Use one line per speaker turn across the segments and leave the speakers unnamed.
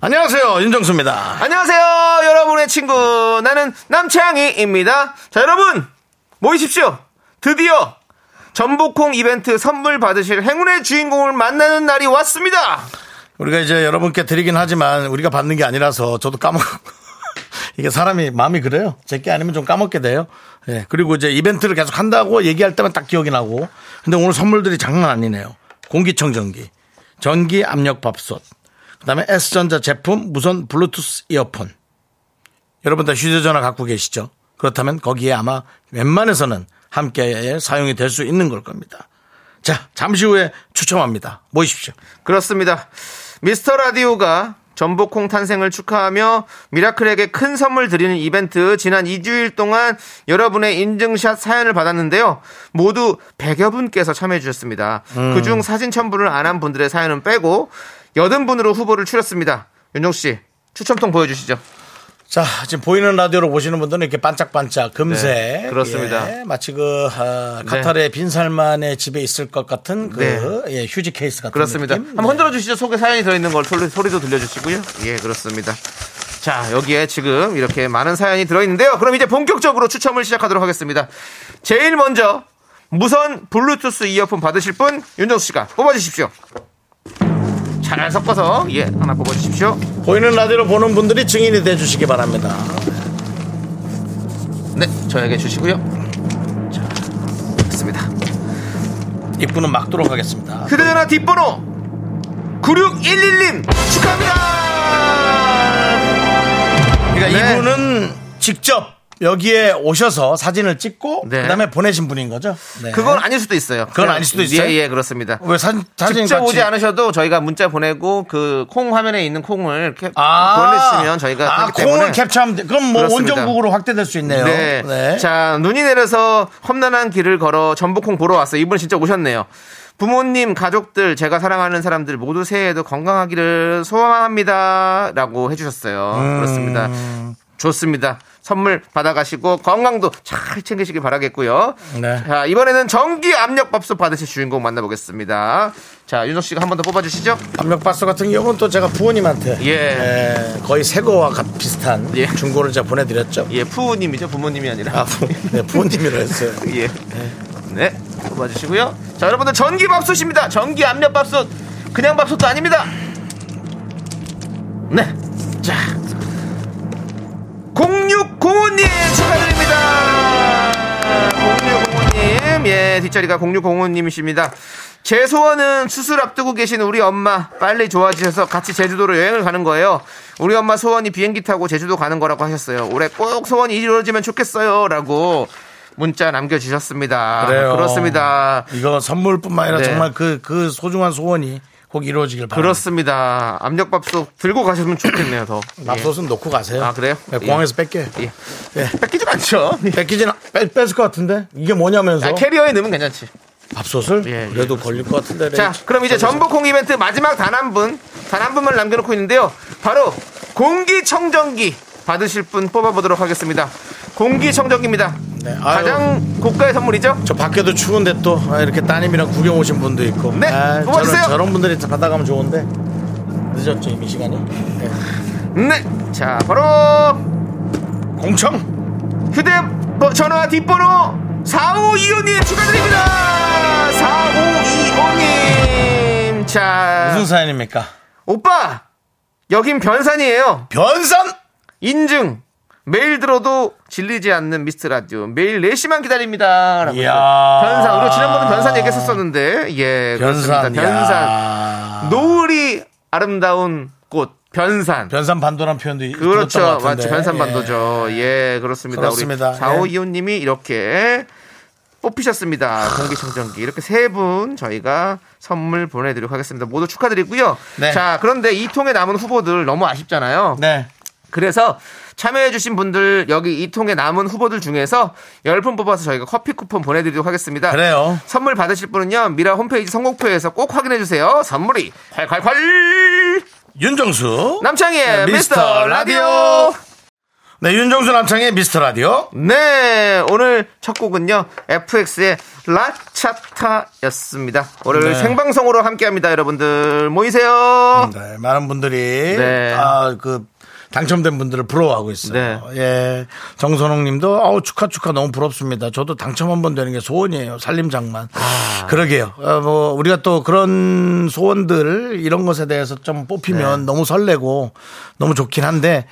안녕하세요 윤정수입니다.
안녕하세요, 여러분의 친구. 나는 남창희입니다. 자, 여러분, 모이십시오. 드디어 전복콩 이벤트 선물 받으실 행운의 주인공을 만나는 날이 왔습니다.
우리가 이제 여러분께 드리긴 하지만 우리가 받는 게 아니라서 저도 까먹고 이게 사람이 마음이 그래요. 제게 아니면 좀 까먹게 돼요. 예. 그리고 이제 이벤트를 계속 한다고 얘기할 때만 딱 기억이 나고. 근데 오늘 선물들이 장난 아니네요. 공기청정기, 전기 압력 밥솥, 그다음에 S전자 제품 무선 블루투스 이어폰. 여러분 다 휴대전화 갖고 계시죠? 그렇다면 거기에 아마 웬만해서는 함께 사용이 될 수 있는 걸 겁니다. 자, 잠시 후에 추첨합니다. 모이십시오.
그렇습니다. 미스터 라디오가 전복콩 탄생을 축하하며 미라클에게 큰 선물 드리는 이벤트 지난 2주일 동안 여러분의 인증샷 사연을 받았는데요. 모두 100여 분께서 참여해 주셨습니다. 그중 사진 첨부를 안 한 분들의 사연은 빼고 80분으로 후보를 추렸습니다. 윤종 씨, 추첨통 보여주시죠.
자, 지금 보이는 라디오로 보시는 분들은 이렇게 반짝반짝 금세.
네, 그렇습니다.
예, 마치 그, 아, 카타르의 빈살만의 집에 있을 것 같은 그,
네.
예, 휴지 케이스 같은.
그렇습니다.
느낌?
한번 흔들어 주시죠. 속에 사연이 들어있는 걸 소리, 소리도 들려주시고요. 네. 예, 그렇습니다. 자, 여기에 지금 이렇게 많은 사연이 들어있는데요. 그럼 이제 본격적으로 추첨을 시작하도록 하겠습니다. 제일 먼저 무선 블루투스 이어폰 받으실 분 윤정수 씨가 뽑아주십시오. 잘 섞어서 예 하나 뽑아주십시오.
네. 보이는 라디오로 보는 분들이 증인이 돼주시기 바랍니다.
네, 저에게 주시고요. 자, 됐습니다.
입구는 막도록 하겠습니다.
휴대전화 뒷번호 9611님 축하합니다.
그러니까
네.
이분은 직접 여기에 오셔서 사진을 찍고,
네.
그 다음에 보내신 분인 거죠? 네.
그건 아닐 수도 있어요.
그건 아닐 수도 있어요?
예, 예, 그렇습니다.
왜 사진, 사진
직접
같이-
오지 않으셔도 저희가 문자 보내고 그 콩 화면에 있는 콩을 캡, 보내주시면 저희가
아,
되기
콩을
때문에
캡처하면 돼. 그럼 뭐
그렇습니다.
온전국으로 확대될 수 있네요.
네.
네.
자, 눈이 내려서 험난한 길을 걸어 전복콩 보러 왔어요. 이분 진짜 오셨네요. 부모님, 가족들, 제가 사랑하는 사람들 모두 새해에도 건강하기를 소망합니다. 라고 해주셨어요. 그렇습니다. 좋습니다. 선물 받아가시고 건강도 잘 챙기시길 바라겠고요.
네.
자, 이번에는 전기 압력밥솥 받으실 주인공 만나보겠습니다. 자, 윤석 씨가 한 번 더 뽑아주시죠.
압력밥솥 같은 경우는 또 제가 부모님한테
예.
예, 거의 새거와 같- 비슷한
예.
중고를 제가 보내드렸죠.
예, 부모님이죠. 부모님이 아니라.
아, 부, 네, 부모님이라 했어요.
예. 네. 뽑아주시고요. 자, 여러분들 전기 밥솥입니다. 전기 압력 밥솥. 그냥 밥솥도 아닙니다. 네. 자. 0605님 축하드립니다. 0605님. 예, 뒷자리가 0605님이십니다. 제 소원은 수술 앞두고 계신 우리 엄마 빨리 좋아지셔서 같이 제주도로 여행을 가는 거예요. 우리 엄마 소원이 비행기 타고 제주도 가는 거라고 하셨어요. 올해 꼭 소원이 이루어지면 좋겠어요. 라고 문자 남겨주셨습니다.
그래요.
아, 그렇습니다.
이거 선물뿐만 아니라
네.
정말 그, 그 소중한 소원이 꼭 이루어지길 바랍니다.
그렇습니다. 압력밥솥 들고 가시면 좋겠네요, 더. 예.
밥솥은 놓고 가세요.
아, 그래요?
네, 공항에서 뺄게요.
예.
예.
뺏기진 않죠.
뺏기진, 않- 뺏, 뺏을 것 같은데? 이게 뭐냐면서.
아, 캐리어에 넣으면 괜찮지.
밥솥을?
예, 예.
그래도 걸릴 것 같은데.
자, 그럼 이제 전복콩 이벤트 마지막 단 한 분, 단 한 분만 남겨놓고 있는데요. 바로 공기청정기 받으실 분 뽑아보도록 하겠습니다. 공기청정기입니다.
네, 아유.
가장 고가의 선물이죠?
저 밖에도 추운데 또 아, 이렇게 따님이랑 구경 오신 분도 있고. 아,
네, 고맙습니다.
저런, 저런 분들이 받아가면 좋은데. 늦었죠, 이미 시간이? 네.
네. 자, 바로
공청!
휴대전화 뒷번호 4525님 축하드립니다. 4525님. 자,
무슨 사연입니까?
오빠! 여긴 변산이에요.
변산!
인증. 매일 들어도 질리지 않는 미스트 라디오. 매일 4시만 기다립니다. 라고
이야.
했어요. 변산. 우리 지난번에 변산 얘기했었었는데. 예.
변산.
그렇습니다. 변산.
야.
노을이 아름다운 곳. 변산.
변산 반도란 표현도 있- 들었던 것
그렇죠.
같은데.
맞죠. 변산반도죠. 예, 그렇습니다.
그렇습니다.
우리 4525님이 이렇게 뽑히셨습니다. 공기청정기. 이렇게 세 분 저희가 선물 보내드리도록 하겠습니다. 모두 축하드리고요.
네.
자, 그런데 이 통에 남은 후보들 너무 아쉽잖아요.
네.
그래서 참여해주신 분들 여기 이 통에 남은 후보들 중에서 열 분 뽑아서 저희가 커피 쿠폰 보내드리도록 하겠습니다.
그래요.
선물 받으실 분은요 미라 홈페이지 선곡표에서 꼭 확인해주세요. 선물이 콸콸콸
윤정수.
남창희의
네,
미스터
미스터
라디오.
네, 윤정수 남창의 미스터 라디오.
네 오늘 첫 곡은요 FX의 라차타였습니다. 오늘
네.
생방송으로 함께합니다 여러분들 모이세요.
네, 많은 분들이
네.
아, 그 당첨된 분들을 부러워하고 있어요.
네.
예. 정선홍 님도 아우 축하 축하 너무 부럽습니다. 저도 당첨 한 번 되는 게 소원이에요. 살림 장만.
아.
그러게요. 어, 뭐 우리가 또 그런 소원들 이런 것에 대해서 좀 뽑히면
네.
너무 설레고 너무 좋긴 한데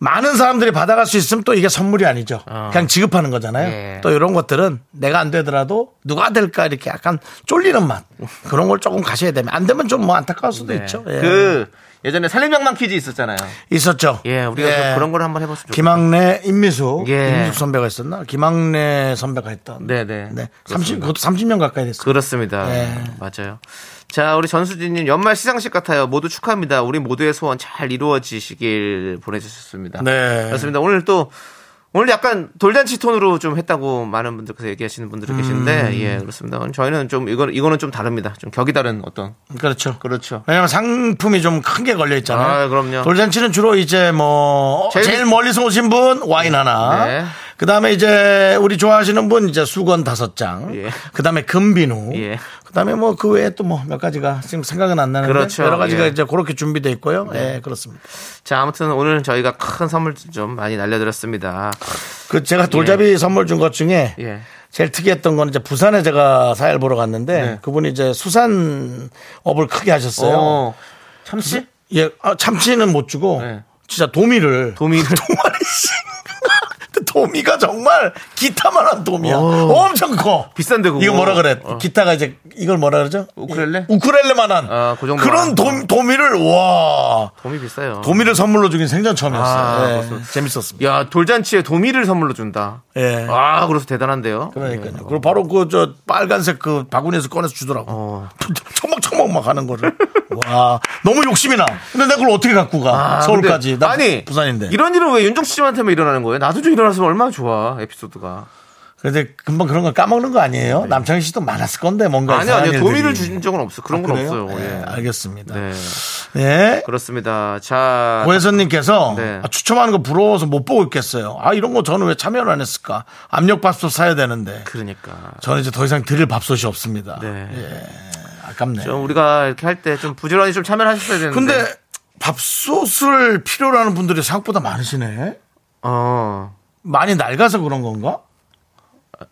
많은 사람들이 받아갈 수 있으면 또 이게 선물이 아니죠. 그냥 지급하는 거잖아요.
어. 예.
또 이런 것들은 내가 안 되더라도 누가 될까 이렇게 약간 쫄리는 맛 그런 걸 조금 가셔야 되면 안 되면 좀 뭐 안타까울 수도
네.
있죠. 예.
그 예전에 살림장만 퀴즈 있었잖아요.
있었죠.
예 우리가
예.
좀 그런 걸 한번 해봤으면 좋겠어요.
김학래 임미수
예.
임미숙 선배가 있었나? 김학래 선배가 했던.
네네.
네. 30
그렇습니다.
그것도 30년 가까이 됐어요.
그렇습니다.
네.
맞아요. 자, 우리 전수진님 연말 시상식 같아요. 모두 축하합니다. 우리 모두의 소원 잘 이루어지시길 보내주셨습니다.
네.
그렇습니다. 오늘 또 오늘 약간 돌잔치 톤으로 좀 했다고 많은 분들께서 얘기하시는 분들이
음.
계시는데 예 그렇습니다. 저희는 좀 이거 이거는 좀 다릅니다. 좀 격이 다른 어떤
그렇죠.
그렇죠.
왜냐면 상품이 좀 큰 게 걸려 있잖아요.
아, 그럼요.
돌잔치는 주로 이제 뭐 어,
제일-
제일, 멀리서 오신 분 와인 하나.
네.
그다음에 이제 우리 좋아하시는 분 이제 수건 다섯 장.
예.
그다음에 금비누.
예.
그다음에 뭐 그 외에 또 뭐 몇 가지가 지금 생각은 안 나는데
그렇죠.
여러 가지가
예. 네.
이제 그렇게 준비돼 있고요. 예, 그렇습니다.
자 아무튼 오늘 저희가 큰 선물 좀 많이 날려드렸습니다.
그 제가 돌잡이 선물 준 것 중에
예.
제일 특이했던 건 이제 부산에 제가 사회를 보러 갔는데 그분이 이제 수산업을 크게 하셨어요.
네. 어, 참치?
예, 아, 참치는 못 주고
네.
진짜 도미를
도미를?
동아리씨. 근데 도미가 정말 기타만한 도미야. 엄청 커.
어. 비싼데, 그거.
이거 뭐라 그래?
어.
기타가 이제 이걸 뭐라 그러죠?
우쿨렐레?
이- 우쿨렐레만한.
아, 그 정도.
런 도, 도미를 와.
도미 비싸요.
도미를 선물로 주긴 생전
아,
처음이었어요. 예,
그렇습니다.
재밌었습니다.
야 돌잔치에 도미를 선물로 준다.
예.
아 그래서 대단한데요.
그러니까요. 그리고 바로 그 저 빨간색 그 바구니에서 꺼내서 주더라고.
어.
초목초목 막 하는 거를. 와 너무 욕심이 나. 근데 내가 그걸 어떻게 갖고 가?
아,
서울까지.
근데,
나
아니
부산인데.
이런 일은 왜 윤종수 씨한테만 일어나는 거예요? 나도 좀 일어났으면 얼마나 좋아 에피소드가.
근데 금방 그런 걸 까먹는 거 아니에요? 남창희 씨도 많았을 건데 뭔가
네. 아니
이상한
아니요
일들이.
도미를 주신 적은 없어. 그런 건
그러니까 그래요?
없어요.
네,
예.
알겠습니다.
네
네.
그렇습니다. 자
고혜선님께서
네.
아, 추첨하는 거 부러워서 못 보고 있겠어요. 아 이런 거 저는 왜 참여를 안 했을까? 압력밥솥 사야 되는데
그러니까
저는 이제 더 이상 드릴 밥솥이 없습니다. 예,
네.
아깝네요.
좀 우리가 이렇게 할 때 좀 부지런히 좀 참여하셨어야 되는데.
근데 밥솥을 필요로 하는 분들이 생각보다 많으시네.
어
많이 낡아서 그런 건가?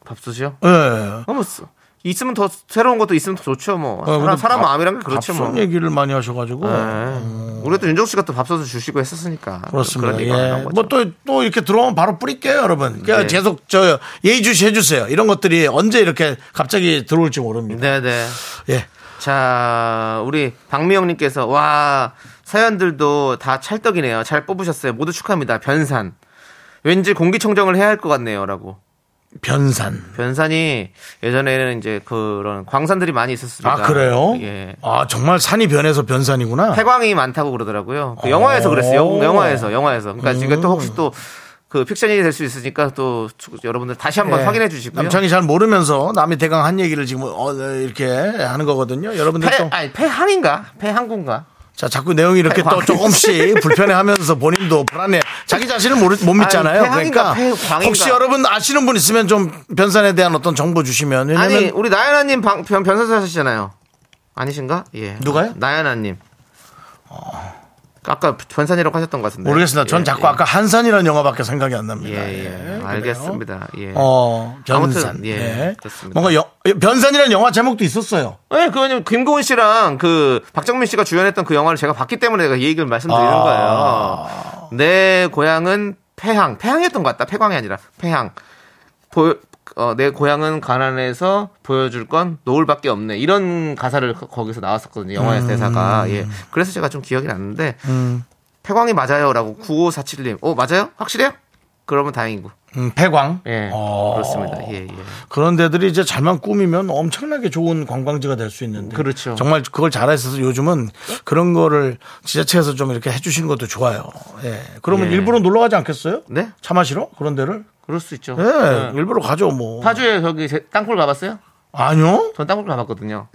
밥솥이요?
예.
너무 쓰- 있으면 더 새로운 것도 있으면 더 좋죠 뭐.
어,
사람,
근데
사람
밥-
마음이란 게 그렇죠
밥솥
뭐.
얘기를 많이 하셔가지고.
네. 우리도 윤종 씨가 또 밥솥을 주시고 했었으니까
그렇습니다.
런 얘기가 나온
예.
거죠.
뭐또 또 이렇게 들어오면 바로 뿌릴게요, 여러분. 그러니까
네.
계속 저 예의주시 해주세요. 이런 것들이 언제 이렇게 갑자기 들어올지 모릅니다.
네네.
예.
자, 우리 박미영님께서 와 사연들도 다 찰떡이네요. 잘 뽑으셨어요. 모두 축하합니다. 변산. 왠지 공기청정을 해야 할 것 같네요라고.
변산.
변산이 예전에는 이제 그런 광산들이 많이 있었습니다.
아 그래요?
예.
아 정말 산이 변해서 변산이구나.
태광이 많다고 그러더라고요. 그 영화에서 그랬어요. 영- 영화에서 영화에서.
음.
그러니까 지금 또 혹시 또 그 픽션이 될 수 있으니까 또 추- 여러분들 다시 한번
예.
확인해 주시고요.
남창이 잘 모르면서 남이 대강 한 얘기를 지금 어, 이렇게 하는 거거든요. 여러분들
폐,
또
아니 폐항인가? 폐항군가?
자, 자꾸 내용이 이렇게 또
태광.
조금씩 불편해하면서 본인도 불안해. 자기 자신을 모르, 못 믿잖아요.
아니, 태광인가,
그러니까
태광인가.
혹시 여러분 아시는 분 있으면 좀 변산에 대한 어떤 정보 주시면 왜냐면
아니 우리 나연아님 방- 변 변사사시잖아요. 아니신가? 예.
누가요?
나연아님. 어, 아까 변산이라고 하셨던 것 같은데.
모르겠습니다. 전
예,
자꾸
예.
아까 한산이라는 영화밖에 생각이 안
예,
납니다.
예. 알겠습니다. 예.
어, 변산.
아무튼, 예,
예.
그렇습니다.
뭔가 여- 변산이라는 영화 제목도 있었어요.
예, 그거는 김고은 씨랑 그 박정민 씨가 주연했던 그 영화를 제가 봤기 때문에 제가 이 얘기를 말씀드리는 거예요. 내 고향은 폐항. 폐항이었던 것 같다. 폐광이 아니라 폐항. 보- 어, 내 고향은 가난해서 보여줄 건 노을밖에 없네. 이런 가사를 거- 거기서 나왔었거든요. 영화의 대사가. 예. 그래서 제가 좀 기억이 음. 났는데, 폐광이 맞아요. 라고 9547님. 어, 맞아요? 확실해요? 그러면 다행이고.
음, 폐광.
예.
어.
그렇습니다. 예, 예.
그런 데들이 이제 잘만 꾸미면 엄청나게 좋은 관광지가 될 수 있는데.
그렇죠.
정말 그걸 잘해서 요즘은 그런 거를 지자체에서 좀 이렇게 해주시는 것도 좋아요. 예. 그러면
예.
일부러 놀러 가지 않겠어요?
네?
차 마시러? 그런 데를?
그럴 수 있죠.
예.
네.
일부러 가죠, 뭐.
파주에 저기 제- 땅굴 가봤어요?
아니요?
전 땅굴 가봤거든요.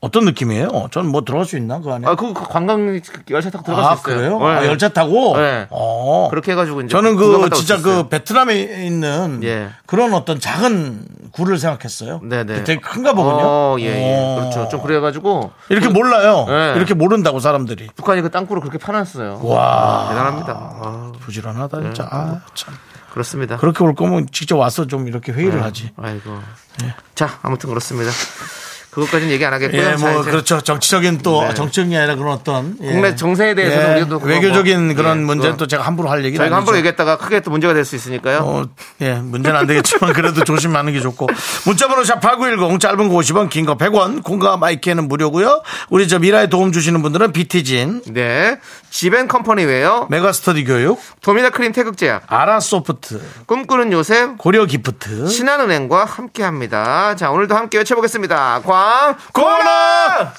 어떤 느낌이에요? 전 뭐 들어갈 수 있나? 그 안에?
아, 그 관광 열차 타고 들어갈
아,
수
그래요?
있어요. 네.
아, 열차 타고?
네.
어.
그렇게 해가지고 이제
저는 그
구경하다가
진짜
오셨어요.
그 베트남에 있는
예.
그런 어떤 작은 굴을 생각했어요.
네네.
되게 큰가 보군요.
어, 예, 예.
어.
그렇죠. 좀 그래가지고
이렇게 몰라요.
예.
이렇게 모른다고 사람들이.
북한이 그 땅굴을 그렇게 파놨어요.
와
대단합니다. 네. 아,
부지런하다 진짜. 아, 참.
그렇습니다. 네.
그렇게 올 거면 직접 와서 좀 이렇게 회의를 하지.
아이고. 자, 아무튼 그렇습니다. 그것까지는 얘기 안 하겠고요.
예,
자,
뭐
이제
그렇죠. 정치적인 또
네.
정적이 아니라 그런 어떤 예.
국내 정세에 대해서는
예,
우리가 또 그거
외교적인
뭐,
그런
예,
문제는
그거.
또 제가 함부로 할 얘기는
저희가 함부로
아니죠.
얘기했다가 크게 또 문제가 될 수 있으니까요.
어, 예, 문제는 안 되겠지만 그래도 조심하는 게 좋고. 문자번호 샵8910 짧은 거 50원, 긴 거 100원, 공과 마이크는 무료고요. 우리 저 미라에 도움 주시는 분들은 비티진,
네.
네.
지벤컴퍼니웨어,
메가스터디 교육,
도미나크림 태극제약,
아라소프트,
꿈꾸는 요셉,
고려 기프트,
신한은행과 함께합니다. 자, 오늘도 함께 외쳐보겠습니다. 광고라!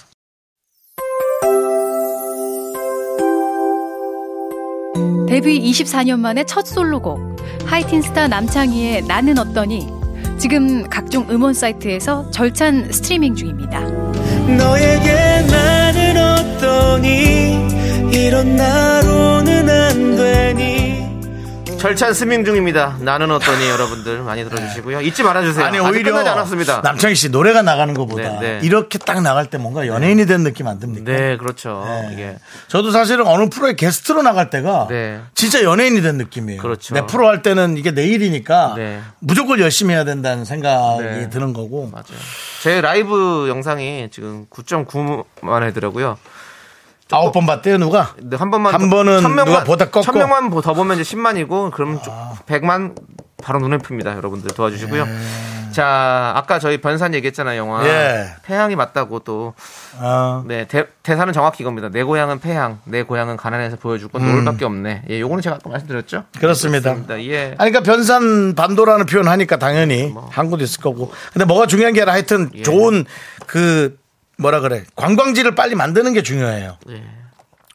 데뷔 24년 만에 첫 솔로곡 하이틴스타 남창희의 나는 어떠니 지금 각종 음원 사이트에서 절찬 스트리밍 중입니다.
너에게 나는 어떠니 이런 날 오는 안 되니
절찬 스밍 중입니다. 나는 어떠니 여러분들 많이 들어주시고요. 잊지 말아주세요.
네. 아니
아직
오히려
끝나지 않았습니다.
남창희 씨 노래가 나가는 것보다
네, 네.
이렇게 딱 나갈 때 뭔가 연예인이 된 느낌 안 듭니까?
네, 그렇죠.
네.
이게
저도 사실은 어느 프로에 게스트로 나갈 때가
네.
진짜 연예인이 된 느낌이에요.
그렇죠.
내 프로 할 때는 이게 내 일이니까
네.
무조건 열심히 해야 된다는 생각이
네.
드는 거고.
맞아요. 제 라이브 영상이 지금 9.9만 회더라고요.
아홉 번 봤대요 누가?
근데 한 번만
한
더-
번은
천 명만-
누가 보다 꺾고. 아.
천 명만 보- 더 보면 이제 10만이고 그러면 좀 100만 바로 눈에 푙니다. 여러분들 도와주시고요. 자, 아까 저희 변산 얘기했잖아요, 영화.
네. 예.
태양이 맞다고 또
아,
네, 대, 대사는 정확히 이겁니다. 내 고향은 폐향, 내 고향은 가난해서 보여줄 건 노을밖에 없네. 예, 요거는 제가 아까 말씀드렸죠?
그렇습니다.
그렇습니다. 예.
아니, 그러니까 변산 반도라는 표현 하니까 당연히
네, 뭐.
한 곳도 있을 거고. 근데 뭐가 중요한 게 아니라 하여튼
예.
좋은 그 뭐라 그래 관광지를 빨리 만드는 게 중요해요.
예.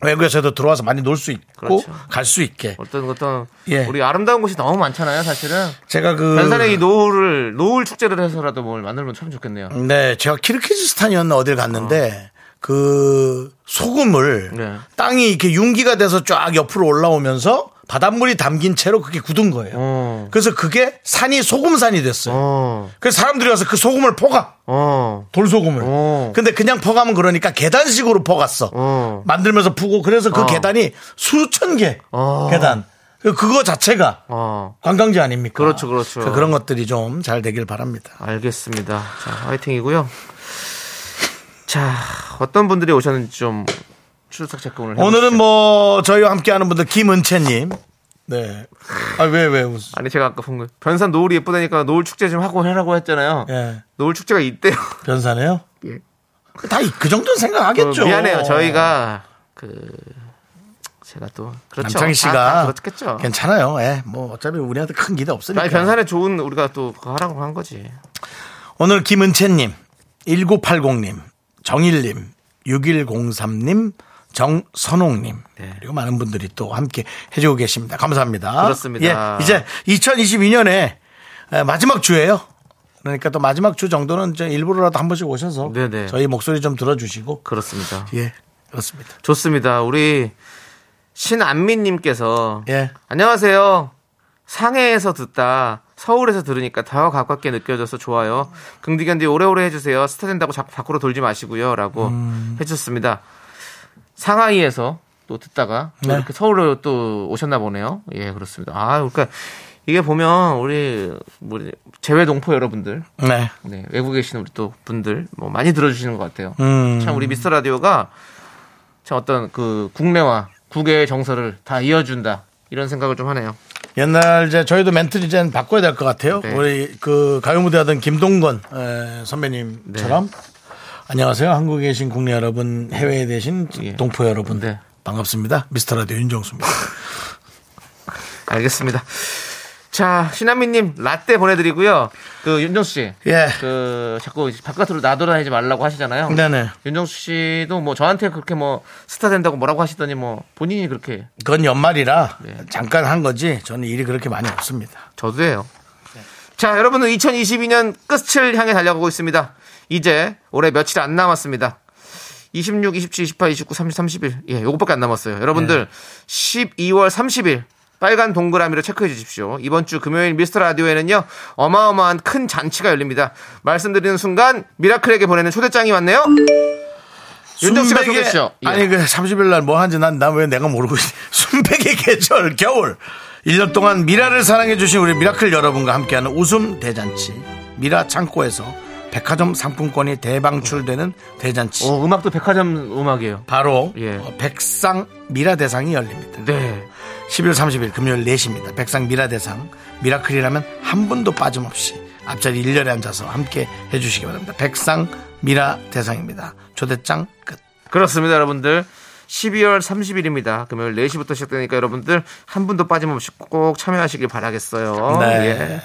외국에서도 들어와서 많이 놀 수 있고
그렇죠.
갈 수 있게.
어떤 어떤
예.
우리 아름다운 곳이 너무 많잖아요, 사실은.
제가 그
변산의 이 노을을 노을 축제를 해서라도 뭘 만들면 참 좋겠네요.
네, 제가 키르키즈스탄이었나 어딜 갔는데 그 소금을
네.
땅이 이렇게 융기가 돼서 쫙 옆으로 올라오면서 바닷물이 담긴 채로 그게 굳은 거예요.
어.
그래서 그게 산이 소금산이 됐어요.
어.
그래서 사람들이 와서 그 소금을 퍼가
어.
돌소금을.
어.
근데 그냥 퍼가면 그러니까 계단식으로 퍼갔어.
어.
만들면서 푸고 그래서 그
어.
계단이 수천 개
어.
계단. 그거 자체가
어.
관광지 아닙니까?
그렇죠, 그렇죠.
그런 것들이 좀 잘 되길 바랍니다.
알겠습니다. 자, 화이팅이고요. 자, 어떤 분들이 오셨는지 좀 출석 체크 오늘 해보시죠.
오늘은 뭐 저희와 함께하는 분들 김은채님, 네, 아 왜 왜 웃?
아니 제가 아까 본 거. 변산 노을이 예쁘다니까 노을 축제 좀 하고 해라고 했잖아요.
예,
노을 축제가 있대요.
변사네요.
예.
다 그 정도는 생각하겠죠.
어, 미안해요. 저희가 그 제가 또 그렇죠.
남창희 씨가
다, 다 그렇겠죠.
괜찮아요. 예, 뭐 어차피 우리한테 큰 기대 없으니까.
아니 변산에 좋은 우리가 또 그거 하라고 한 거지.
오늘 김은채님, 1980님, 정일님, 6103님, 정선홍님
네.
그리고 많은 분들이 또 함께 해주고 계십니다. 감사합니다.
그렇습니다.
예, 이제 2022년에 마지막 주예요. 그러니까 또 마지막 주 정도는 이제 일부러라도 한 번씩 오셔서
네네.
저희 목소리 좀 들어주시고
그렇습니다.
예 그렇습니다.
좋습니다. 우리 신안민님께서
예.
안녕하세요. 상해에서 듣다 서울에서 들으니까 더 가깝게 느껴져서 좋아요. 긍디견디 오래오래 해주세요. 스타 된다고 자꾸 밖으로 돌지 마시고요.라고 해주셨습니다. 상하이에서 또 듣다가 또
네.
이렇게 서울로 또 오셨나 보네요. 예, 그렇습니다. 아, 그러니까 이게 보면 우리 우리 제외 동포 여러분들
네.
네, 외국에 계시는 우리 또 분들 뭐 많이 들어주시는 것 같아요.
음.
참 우리 미스터 라디오가 참 어떤 그 국내와 국외의 정서를 다 이어준다 이런 생각을 좀 하네요.
옛날 이제 저희도 멘트를 이제 바꿔야 될 것 같아요.
네.
우리 그 가요 무대 하던 김동건 에, 선배님처럼
네.
안녕하세요. 한국에 계신 국내 여러분, 해외에 계신
예.
동포 여러분
네.
반갑습니다. 미스터 라디오 윤정수입니다.
알겠습니다. 자, 신한미님 라떼 보내드리고요. 그 윤정수 씨,
예.
그 자꾸 이제 바깥으로 나돌아다니지 말라고 하시잖아요.
네네.
윤정수 씨도 뭐 저한테 그렇게 뭐 스타 된다고 뭐라고 하시더니 뭐 본인이 그렇게
그건 연말이라
네.
잠깐 한 거지 저는 일이 그렇게 많이 없습니다.
저도예요. 자, 여러분은 2022년 끝을 향해 달려가고 있습니다. 이제 올해 며칠 안 남았습니다. 26, 27, 28, 29, 30, 31. 예, 요것밖에 안 남았어요. 여러분들 12월 30일 빨간 동그라미로 체크해 주십시오. 이번 주 금요일 미스터 라디오에는요. 어마어마한 큰 잔치가 열립니다. 말씀드리는 순간 미라클에게 보내는 초대장이 왔네요. 윤정 씨가
순백의-
소개해 주시죠. 예.
아니 그 30일 날 뭐 하는지 난 난 왜 내가 모르고 있지. 순백의 계절 겨울 1년 동안 미라를 사랑해 주신 우리 미라클 여러분과 함께하는 웃음 대잔치 미라 창고에서 백화점 상품권이 대방출되는 대잔치
어, 음악도 백화점 음악이에요.
바로
예.
어, 백상 미라 대상이 열립니다.
네.
10월 30일 금요일 4시입니다. 백상 미라 대상 미라클이라면 한 분도 빠짐없이 앞자리 일렬에 앉아서 함께 해주시기 바랍니다. 백상 미라 대상입니다. 초대장 끝.
그렇습니다, 여러분들. 12월 30일입니다. 금요일 4시부터 시작되니까 여러분들 한 분도 빠짐없이 꼭 참여하시길 바라겠어요.
네,
예.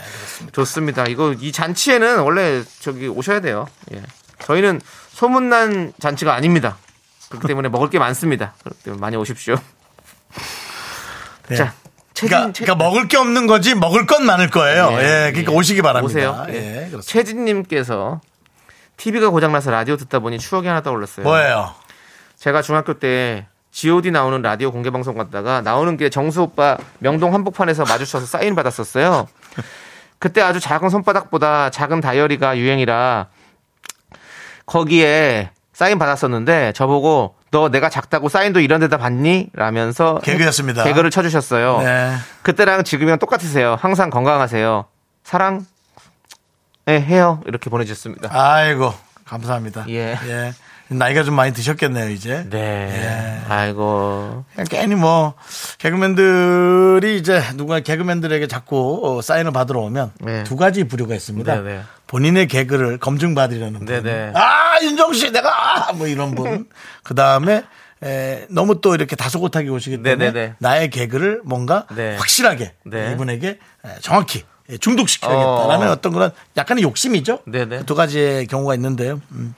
좋습니다. 이거 이 잔치에는 원래 저기 오셔야 돼요. 예. 저희는 소문난 잔치가 아닙니다. 그렇기 때문에 먹을 게 많습니다. 그렇기 때문에 많이 오십시오.
네.
자, 최진
그러니까,
최-
그러니까 먹을 게 없는 거지 먹을 건 많을 거예요.
예,
예, 그러니까
예.
오시기 바랍니다.
오세요. 네.
예, 그렇습니다.
최진님께서 TV가 고장나서 라디오 듣다 보니 추억이 하나 떠올랐어요.
뭐예요?
제가 중학교 때 G.O.D 나오는 라디오 공개 방송 갔다가 나오는 길에 정수 오빠 명동 한복판에서 마주쳐서 사인 받았었어요. 그때 아주 작은 손바닥보다 작은 다이어리가 유행이라 거기에 사인 받았었는데 저보고 너 내가 작다고 사인도 이런 데다 받니? 라면서
개그였습니다.
개그를 쳐주셨어요.
네.
그때랑 지금이랑 똑같으세요. 항상 건강하세요. 사랑 네, 해요. 이렇게 보내주셨습니다.
아이고 감사합니다.
예.
나이가 좀 많이 드셨겠네요 이제.
네.
예.
아이고.
그냥 괜히 뭐 개그맨들이 이제 누가 개그맨들에게 자꾸 어, 사인을 받으러 오면
네.
두 가지 부류가 있습니다.
네네.
본인의 개그를 검증받으려는 분.
네네.
아 윤정 씨 내가 아! 뭐 이런 분. 그 다음에 너무 또 이렇게 다소곳하게 오시기 때문에
네네네.
나의 개그를 뭔가
네.
확실하게
네.
이분에게 에, 정확히 에, 중독시켜야겠다라는
어.
어. 떤 그런 약간의 욕심이죠. 그
네네.
두 가지의 경우가 있는데요. 음,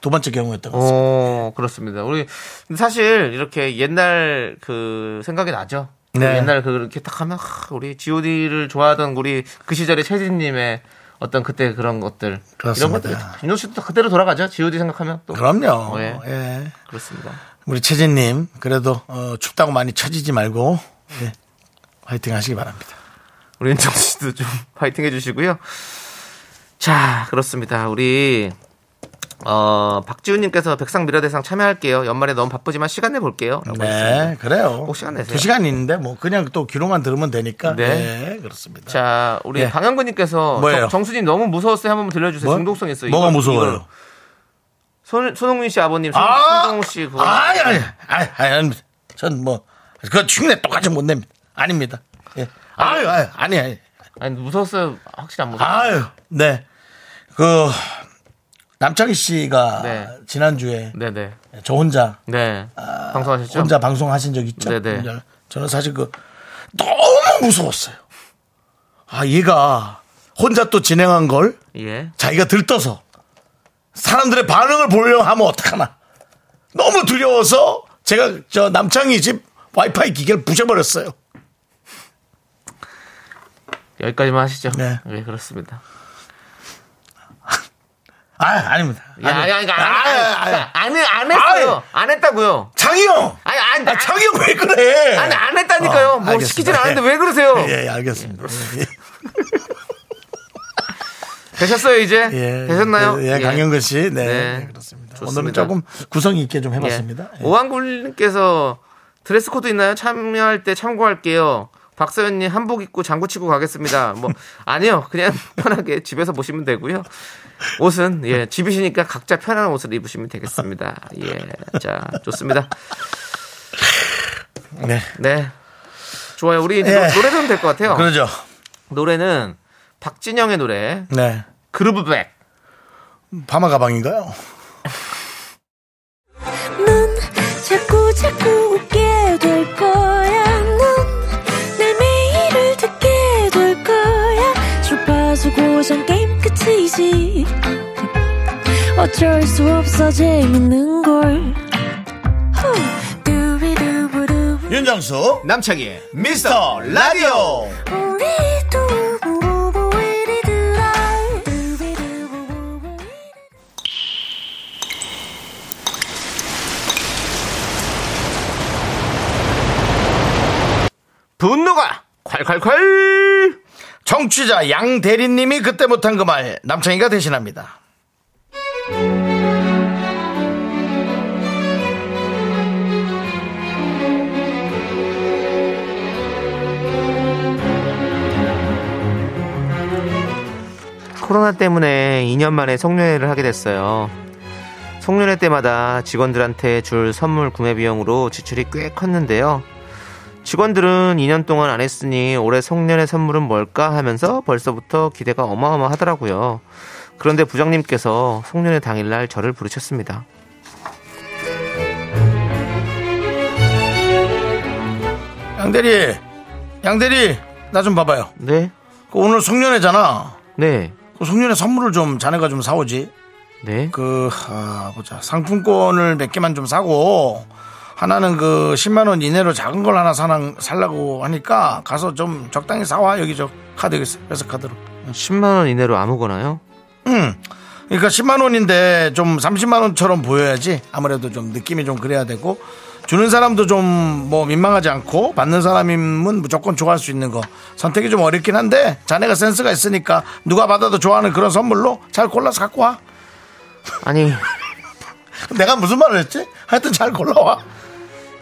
두 번째 경우였던 것
어.
같습니다.
오, 그렇습니다. 우리 근데 사실 이렇게 옛날 그 생각이 나죠.
네.
옛날 그렇게 딱 하면 하, 우리 G.O.D를 좋아하던 우리 그 시절의 최진님의 어떤 그때 그런 것들
그렇습니다.
이런 것들 윤호 씨도 그대로 돌아가죠. G.O.D 생각하면 또
그럼요.
예.
예.
그렇습니다.
우리 채진님 그래도 어, 춥다고 많이 처지지 말고 예, 화이팅 하시기 바랍니다.
우리 윤정 씨도 좀 파이팅 해주시고요. 자, 그렇습니다. 우리 어 박지훈님께서 백상 미라대상 참여할게요. 연말에 너무 바쁘지만 시간 내 볼게요. 라고 해주셨습니다.
네, 그래요.
아, 꼭 시간 내세요.
두 시간 있는데 뭐 그냥 또 귀로만 들으면 되니까.
네.
네, 그렇습니다.
자, 우리
예.
강양근님께서
뭐예요?
정- 정수님 너무 무서웠어요. 한번 들려주세요.
뭐?
중독성 있어요.
뭐가
이거-
무서워요?
이거. 손, 손흥민 씨 아버님, 손,
아,
손동훈 씨 그거.
아니, 아니, 아니, 아니, 아닙니다. 전 뭐, 그거 흉내 똑같이 못 냅니다. 아닙니다. 예. 아유, 아유, 아니, 아니.
아니, 무서웠어요. 확실히 안 무서웠어요.
아유, 네. 그, 남창희 씨가
네.
지난주에
네네.
저 혼자
네. 방송하셨죠?
혼자 방송하신 적 있죠?
네네.
혼자. 저는 사실 그 너무 무서웠어요. 아 얘가 혼자 또 진행한 걸
예.
자기가 들떠서 사람들의 반응을 보려고 하면 어떡하나. 너무 두려워서 제가 저 남창희 집 와이파이 기계를 부셔버렸어요.
여기까지만 하시죠.
네.
예, 그렇습니다.
아 아닙니다.
야, 아니, 아니, 아니,
아,
아니,
아, 아, 아.
안, 해- 안 했어요. 안 했다고요.
창희 형.
아니, 안,
아, 창희 형 왜 그래?
아니, 안 했다니까요.
어,
뭐
알겠습니다.
시키진 않았는데
예.
왜 그러세요?
예, 예, 알겠습니다. 예.
되셨어요, 이제?
예.
되셨나요?
예, 강영근 씨. 네.
네.
네, 그렇습니다.
좋습니다.
오늘은 조금 구성 있게 좀 해봤습니다.
예.
예.
오한굴님께서 드레스 코드 있나요? 참여할 때 참고할게요. 박서연님 한복 입고 장구 치고 가겠습니다. 뭐 아니요, 그냥 편하게 집에서 보시면 되고요. 옷은 예 집이시니까 각자 편한 옷을 입으시면 되겠습니다. 예, 자 좋습니다.
네.
네, 좋아요. 우리
예.
노래 들으면 될 것 같아요.
그러죠.
노래는 박진영의 노래
네.
그루브백.
파마 가방인가요?
넌 자꾸 자꾸 웃게 될 거야. 넌내 매일을 듣게 될 거야. 지치지 어쩔 수 없어 재밌는 걸 후. 두비두부두.
윤정수
남창희의 미스터 라디오
우리 두부부부 우리들아. 두비두부부부 우리들아.
분노가 콸콸콸
정취자 양 대리님이 그때 못한 그 말 남창희가 대신합니다.
코로나 때문에 2년 만에 송년회를 하게 됐어요. 송년회 때마다 직원들한테 줄 선물 구매 비용으로 지출이 꽤 컸는데요. 직원들은 2년 동안 안 했으니 올해 송년회 선물은 뭘까 하면서 벌써부터 기대가 어마어마하더라고요. 그런데 부장님께서 송년회 당일날 저를 부르셨습니다.
양 대리, 양 대리, 나 좀 봐봐요.
네,
그 오늘 송년회잖아.
네,
그 송년회 선물을 좀 자네가 좀 사오지.
네.
그, 아, 보자. 상품권을 몇 개만 좀 사고, 하나는 그 10만원 이내로 작은 걸 하나 사나, 살라고 하니까 가서 좀 적당히 사와. 여기 저 카드 여기 있어. 회사 카드로.
10만원 이내로 아무거나요?
그러니까 10만원인데 좀 30만원처럼 보여야지. 아무래도 좀 느낌이 좀 그래야 되고, 주는 사람도 좀 뭐 민망하지 않고, 받는 사람이면 무조건 좋아할 수 있는 거. 선택이 좀 어렵긴 한데, 자네가 센스가 있으니까 누가 받아도 좋아하는 그런 선물로 잘 골라서 갖고 와.
아니,
내가 무슨 말을 했지? 하여튼 잘 골라와.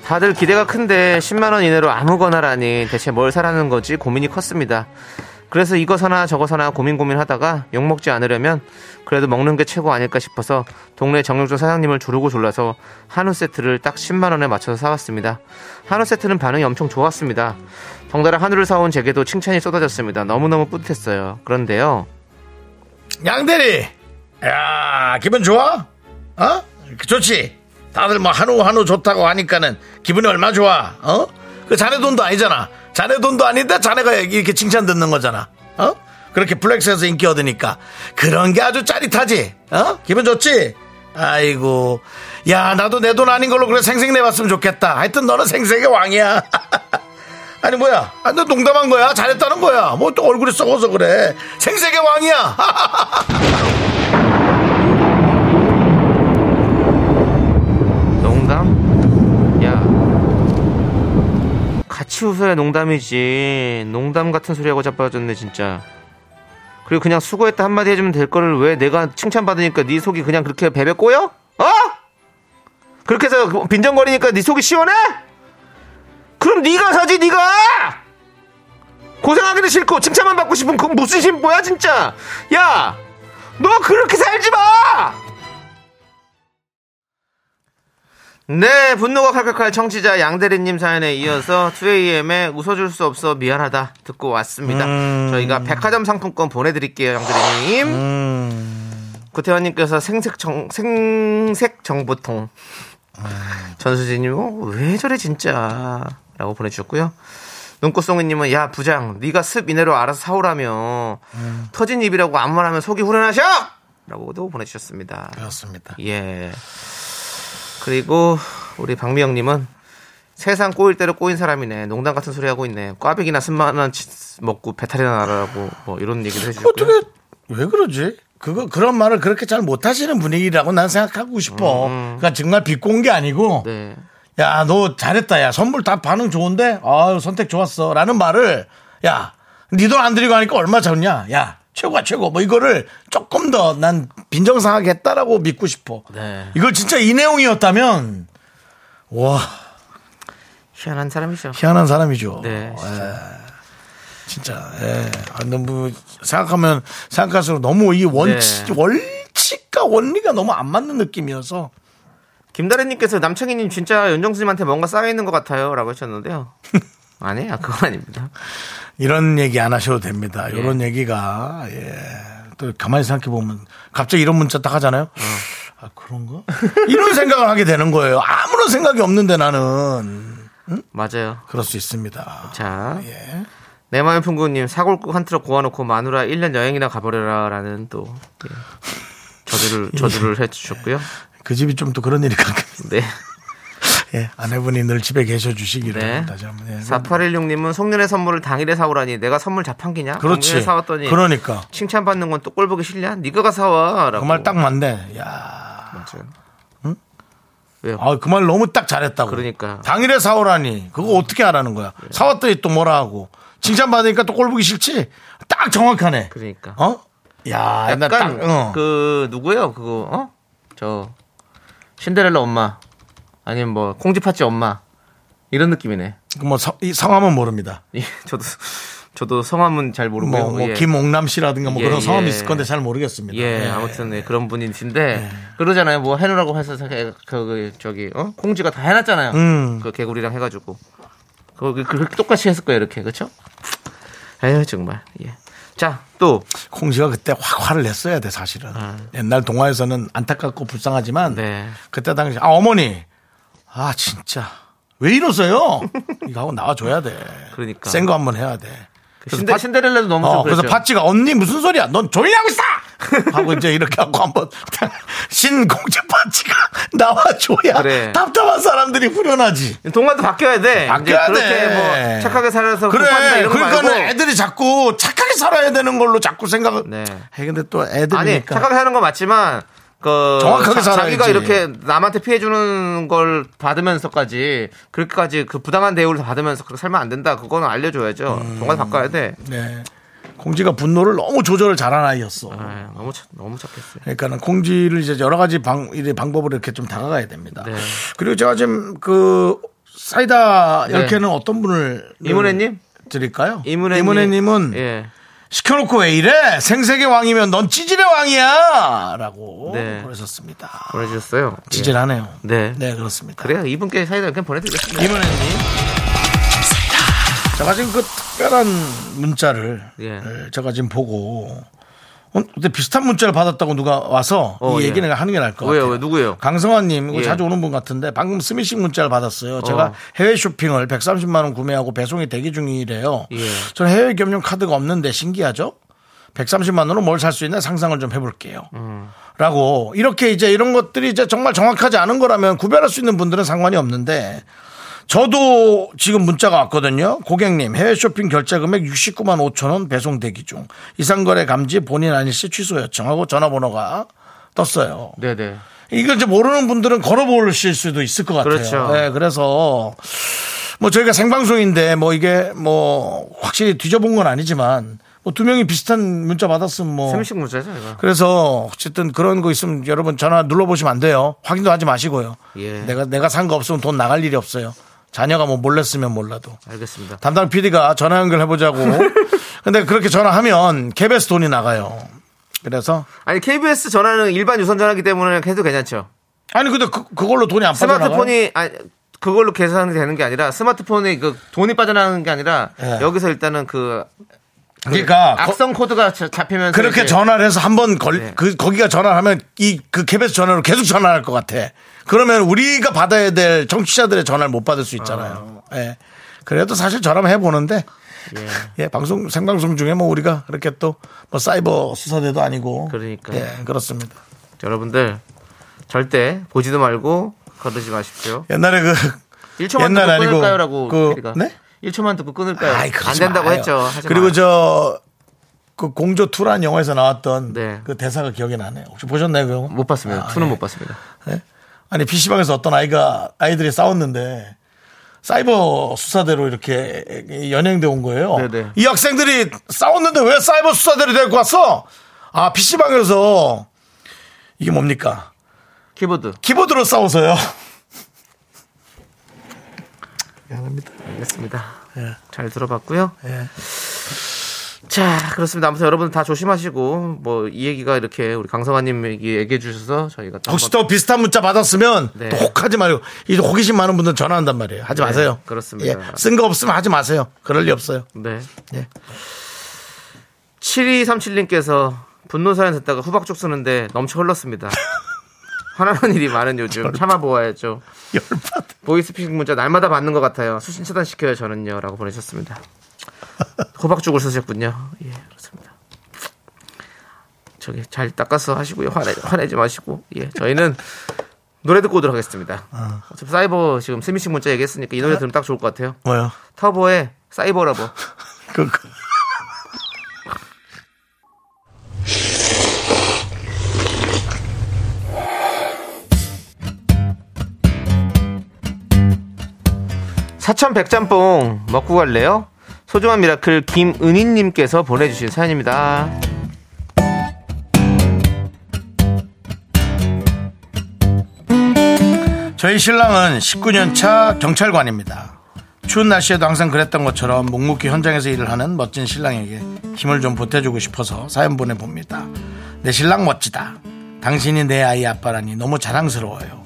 다들 기대가 큰데 10만 원 이내로 아무거나라니 대체 뭘 사라는 거지 고민이 컸습니다. 그래서 이거 사나 저거 사나 고민 고민하다가 욕 먹지 않으려면 그래도 먹는 게 최고 아닐까 싶어서 동네 정육점 사장님을 조르고 졸라서 한우 세트를 딱 10만 원에 맞춰서 사왔습니다. 한우 세트는 반응이 엄청 좋았습니다. 덩달아 한우를 사온 제게도 칭찬이 쏟아졌습니다. 너무너무 뿌듯했어요. 그런데요.
양대리, 야 기분 좋아? 어? 좋지. 다들 뭐 한우 한우 좋다고 하니까는 기분이 얼마나 좋아? 어? 그 자네 돈도 아니잖아. 자네 돈도 아닌데 자네가 이렇게 칭찬 듣는 거잖아. 어? 그렇게 플렉스에서 인기 얻으니까 그런 게 아주 짜릿하지. 어? 기분 좋지? 아이고, 야 나도 내 돈 아닌 걸로 그래 생생 내봤으면 좋겠다. 하여튼 너는 생생의 왕이야. 아니 뭐야? 아, 너 농담한 거야? 잘했다는 거야? 뭐 또 얼굴이 썩어서 그래? 생색의 왕이야. 아,
농담? 야. 같이 웃어야 농담이지. 농담 같은 소리하고 자빠졌네, 진짜. 그리고 그냥 수고했다 한마디 해주면 될 거를 왜 내가 칭찬받으니까 네 속이 그냥 그렇게 베베 꼬여? 어? 그렇게 해서 빈정거리니까 네 속이 시원해? 그럼 네가 사지, 네가! 고생하기는 싫고 칭찬만 받고 싶은 그건 무슨 심보야, 진짜! 야! 너 그렇게 살지 마! 네, 분노가 칼칼칼 청취자 양대리님 사연에 이어서 2AM의 웃어줄 수 없어 미안하다 듣고 왔습니다. 저희가 백화점 상품권 보내드릴게요, 양대리님. 구태환님께서 생색 정, 생색 정보통. 전수진님, 어, 왜 저래 진짜? 라고 보내주셨고요. 눈꽃송이님은 야 부장, 네가 습 이내로 알아서 사오라며 터진 입이라고 아무 말하면 속이 후련하셔! 라고도 보내주셨습니다.
그렇습니다.
예. 그리고 우리 박미영님은 세상 꼬일 대로 꼬인 사람이네. 농담 같은 소리 하고 있네. 꽈배기나 쓴만한 먹고 배탈이나 나라고 뭐 이런 얘기를 해주셨고요.
어떻게 왜 그러지? 그거 그런 말을 그렇게 잘 못하시는 분위기라고 난 생각하고 싶어. 그러니까 정말 비꼰 게 아니고
네.
야 너 잘했다 야 선물 다 반응 좋은데 아 선택 좋았어라는 말을 야네돈안 드리고 하니까 얼마 잡냐 야 최고야 최고 뭐 이거를 조금 더 난 빈정상하게 했다라고 믿고 싶어.
네.
이걸 진짜 이 내용이었다면 와
희한한 사람이죠.
희한한 사람이죠.
네. 진짜.
진짜. 예. 아, 너무 생각하면 생각할수록 너무 이 원칙
네.
원칙과 원리가 너무 안 맞는 느낌이어서
김다래님께서 남창희님 진짜 연정수님한테 뭔가 쌓여있는 것 같아요. 라고 하셨는데요. 아니에요. 그건 아닙니다.
이런 얘기 안 하셔도 됩니다.
예.
이런 얘기가 예. 또 가만히 생각해 보면 갑자기 이런 문자 딱 하잖아요.
어.
아 그런가? 이런 생각을 하게 되는 거예요. 아무런 생각이 없는데 나는
맞아요.
그럴 수 있습니다.
자. 내 마음 풍구님 사골국 한 트럭 구워놓고 마누라 1년 여행이나 가버려라라는 또 예, 저주를 저주를 해주셨고요.
그 집이 좀 또 그런 일이 가끔
네.
예, 아내분이 늘 집에 계셔 주시기를
네.
다시 한번 예.
4816님은 송년회 선물을 당일에 사오라니 내가 선물 자판기냐?
그렇지.
당일에 사왔더니
그러니까
칭찬받는 건 또 꼴보기 싫냐? 네가 가 사와.
그
라고.
말 딱 맞네. 야,
맞아요.
아, 그 말 너무 딱 잘했다고.
그러니까. 음. 네.
당일에 사오라니 그거 어떻게 하라는 거야? 사왔더니 또 뭐라 하고 칭찬 받으니까 또 꼴보기 싫지. 딱 정확하네.
그러니까.
어? 야,
약간
옛날 딱 어.
그 누구예요? 그거 어? 저 신데렐라 엄마 아니면 뭐 콩쥐팥쥐 엄마 이런 느낌이네.
뭐 성- 이 성함은 모릅니다.
예, 저도 저도 성함은 잘 모르고요.
뭐, 뭐
예.
김옥남 씨라든가 뭐
예,
그런 성함이
예.
있을 건데 잘 모르겠습니다.
예, 아무튼 예, 그런 분이신데 그러잖아요. 뭐 해놓으라고 해서 그, 그 저기 어? 콩쥐가 다 해놨잖아요.
음.
그 개구리랑 해가지고 그, 그, 그렇게 똑같이 했을 거예요. 이렇게 그렇죠? 에휴 정말. 예. 자또
콩지가 그때 확 화를 냈어야 돼 사실은 옛날 동화에서는 안타깝고 불쌍하지만
아. 네.
그때 당시 아 어머니 아 진짜 왜 이러세요 이거 하고 나와줘야 돼
그러니까.
센 거 한번 해야 돼
그 신데, 신데렐라도 너무
어,
좀 그렇죠.
그래서
그랬죠.
파찌가 언니 무슨 소리야 넌 조용히 하고 있어 하고 이제 이렇게 하고 한번 신공주 파찌가 나와줘야
그래.
답답한 사람들이 후련하지
동화도 바뀌어야 돼.
바뀌어야
이제 그렇게
돼.
뭐 착하게 살아서
그래.
급한다 이런 거
그러니까는
말고.
애들이 자꾸 착하게 살아야 되는 걸로 자꾸 생각을.
네.
해 근데 또
아니
애들이니까.
착하게 사는 건 맞지만 그
정확하게
자- 자기가
살아야지.
이렇게 남한테 피해 주는 걸 받으면서까지 그렇게까지 그 부당한 대우를 받으면서 그렇게 살면 안 된다. 그거는 알려줘야죠.
음.
동화도 바꿔야 돼.
네. 콩지가 분노를 너무 조절을 잘한 아이였어.
아, 너무 착 너무 착했어요.
그러니까는 콩지를 이제 여러 가지 방, 이 방법으로 이렇게 좀 다가가야 됩니다.
네.
그리고 제가 지금 그 사이다
네.
열개는 어떤 분을
이문혜님?
드릴까요?
이문혜
님은
예.
시켜놓고 왜 이래? 생색의 왕이면 넌 찌질의 왕이야라고
네.
그러셨습니다.
보내주셨어요. 예.
찌질하네요.
네.
네 그렇습니다.
그래요. 이분께 사이다 그냥 보내드리겠습니다.
이문혜님. 제가 지금 그 특별한 문자를
예.
제가 지금 보고 어, 근데 비슷한 문자를 받았다고 누가 와서
어,
이
예.
얘기 내가 하는 게 나을 것
왜요?
같아요.
왜? 누구예요?
강성환님 이거
예.
자주 오는 분 같은데 방금 스미싱 문자를 받았어요. 제가
어.
해외 쇼핑을 130만 원 구매하고 배송이 대기 중이래요.
예.
저는 해외 겸용 카드가 없는데 신기하죠? 130만 원으로 뭘 살 수 있나 상상을 좀 해볼게요. 라고 이렇게 이제 이런 것들이 이제 정말 정확하지 않은 거라면 구별할 수 있는 분들은 상관이 없는데 저도 지금 문자가 왔거든요. 고객님 해외 쇼핑 결제 금액 69만 5천 원 배송 대기 중 이상거래 감지 본인 아닐시 취소 요청하고 전화번호가 떴어요.
네네.
이걸 이제 모르는 분들은 걸어보실 수도 있을 것 같아요.
그렇죠.
네, 그래서 뭐 저희가 생방송인데 뭐 이게 뭐 확실히 뒤져본 건 아니지만 뭐 두 명이 비슷한 문자 받았으면 뭐
세미식 문자죠 이거.
그래서 어쨌든 그런 거 있으면 여러분 전화 눌러보시면 안 돼요. 확인도 하지 마시고요.
예.
내가 내가 산 거 없으면 돈 나갈 일이 없어요. 자녀가 뭐 몰래 쓰면 몰라도.
알겠습니다.
담당 PD가 전화 연결해보자고. 근데 그렇게 전화하면 KBS 돈이 나가요. 그래서
아니 KBS 전화는 일반 유선 전화기 때문에 해도 괜찮죠.
아니 근데 그, 그걸로 돈이 안 빠져나가요?
스마트폰이 아니, 그걸로 계산이 되는 게 아니라 스마트폰이 그 돈이 빠져나가는 게 아니라
예.
여기서 일단은 그
그러니까 거-
악성 코드가 자- 잡히면서
그렇게
이제
전화를 해서 한 번 걸,
네.
그, 거기가 전화를 하면 이, 그 KBS 전화로 계속 전화할 것 같아. 그러면 우리가 받아야 될 정치자들의 전화를 못 받을 수 있잖아요. 예. 그래도 사실 전화만 해보는데. 예. 방송, 생방송 중에 뭐 우리가 그렇게 또 뭐 사이버 수사대도 아니고.
그러니까요.
예, 그렇습니다.
여러분들 절대 보지도 말고 그러지 마십시오.
옛날에 그,
1초만
옛날
듣고
아니고
끊을까요라고
그-
PD가.
네?
1초만 듣고 끊을까요?
아이,
안
그러지
된다고
마요.
했죠. 하지
그리고
마요.
저, 그 공조 투라는 영화에서 나왔던
네.
그 대사가 기억이 나네요. 혹시 보셨나요, 그 영화?
못 봤습니다.
아,
투는
예.
못 봤습니다.
예? 아니 PC방에서 어떤 아이가 아이들이 싸웠는데 사이버 수사대로 이렇게 연행돼 온 거예요.
네네.
이 학생들이 싸웠는데 왜 사이버 수사대로 데리고 왔어? 아 PC방에서 이게 뭡니까?
키보드.
키보드로 싸워서요.
알겠습니다. 잘 들어봤고요. 자, 그렇습니다. 아무튼 여러분 다 조심하시고 뭐 이 얘기가 이렇게 우리 강성환 님 얘기 얘기해 주셔서 저희가 또
혹시
한번-
더 비슷한 문자 받았으면
네.
또 혹하지 말고 이 호기심 많은 분들 전화한단 말이에요. 하지
네,
마세요. 예,
그렇습니다.
쓴 거 없으면 하지 마세요. 그럴 리 없어요.
네.
네.
7237님께서 분노 사연 듣다가 후박죽 쓰는데 넘쳐 흘렀습니다. 화나는 일이 많은 요즘 참아보아야죠.
열받.
보이스피싱 문자 날마다 받는 것 같아요. 수신 차단시켜요 저는요. 라고 보내셨습니다. 호박죽을 쓰셨군요. 예, 그렇습니다. 저기 잘 닦아서 하시고요. 화내, 화내지 마시고. 예, 저희는 노래 듣고 오도록 하겠습니다.
아.
어차피 사이버 지금 스미싱 문자 얘기했으니까 이 노래 들으면 딱 좋을 것 같아요.
뭐요?
터보의 사이버라고.
그, 그.
사천 백짬뽕 먹고 갈래요? 소중한 미라클 김은희님께서 보내주신 사연입니다.
저희 신랑은 19년 차 경찰관입니다. 추운 날씨에도 항상 그랬던 것처럼 묵묵히 현장에서 일을 하는 멋진 신랑에게 힘을 좀 보태주고 싶어서 사연 보내봅니다. 내 신랑 멋지다. 당신이 내 아이 아빠라니 너무 자랑스러워요.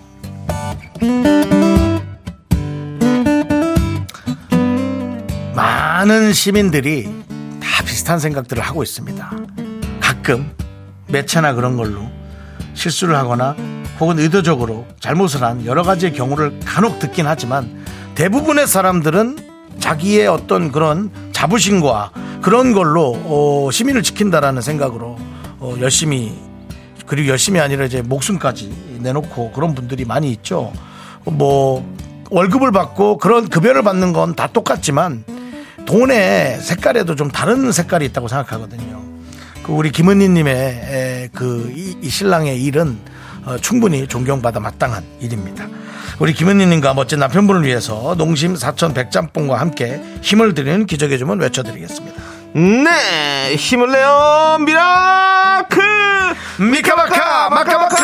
많은 시민들이 다 비슷한 생각들을 하고 있습니다. 가끔 매체나 그런 걸로 실수를 하거나 혹은 의도적으로 잘못을 한 여러 가지의 경우를 간혹 듣긴 하지만 대부분의 사람들은 자기의 어떤 그런 자부심과 그런 걸로 어, 시민을 지킨다라는 생각으로 어, 열심히 그리고 열심히 아니라 이제 목숨까지 내놓고 그런 분들이 많이 있죠. 뭐 월급을 받고 그런 급여를 받는 건 다 똑같지만 돈의 색깔에도 좀 다른 색깔이 있다고 생각하거든요. 그 우리 김은희님의 그 이 신랑의 일은 어, 충분히 존경받아 마땅한 일입니다. 우리 김은희님과 멋진 남편분을 위해서 농심 사천 백짬뽕과 함께 힘을 드리는 기적의 주문 외쳐드리겠습니다.
네! 힘을 내요! 미라클!
미카마카 마카마카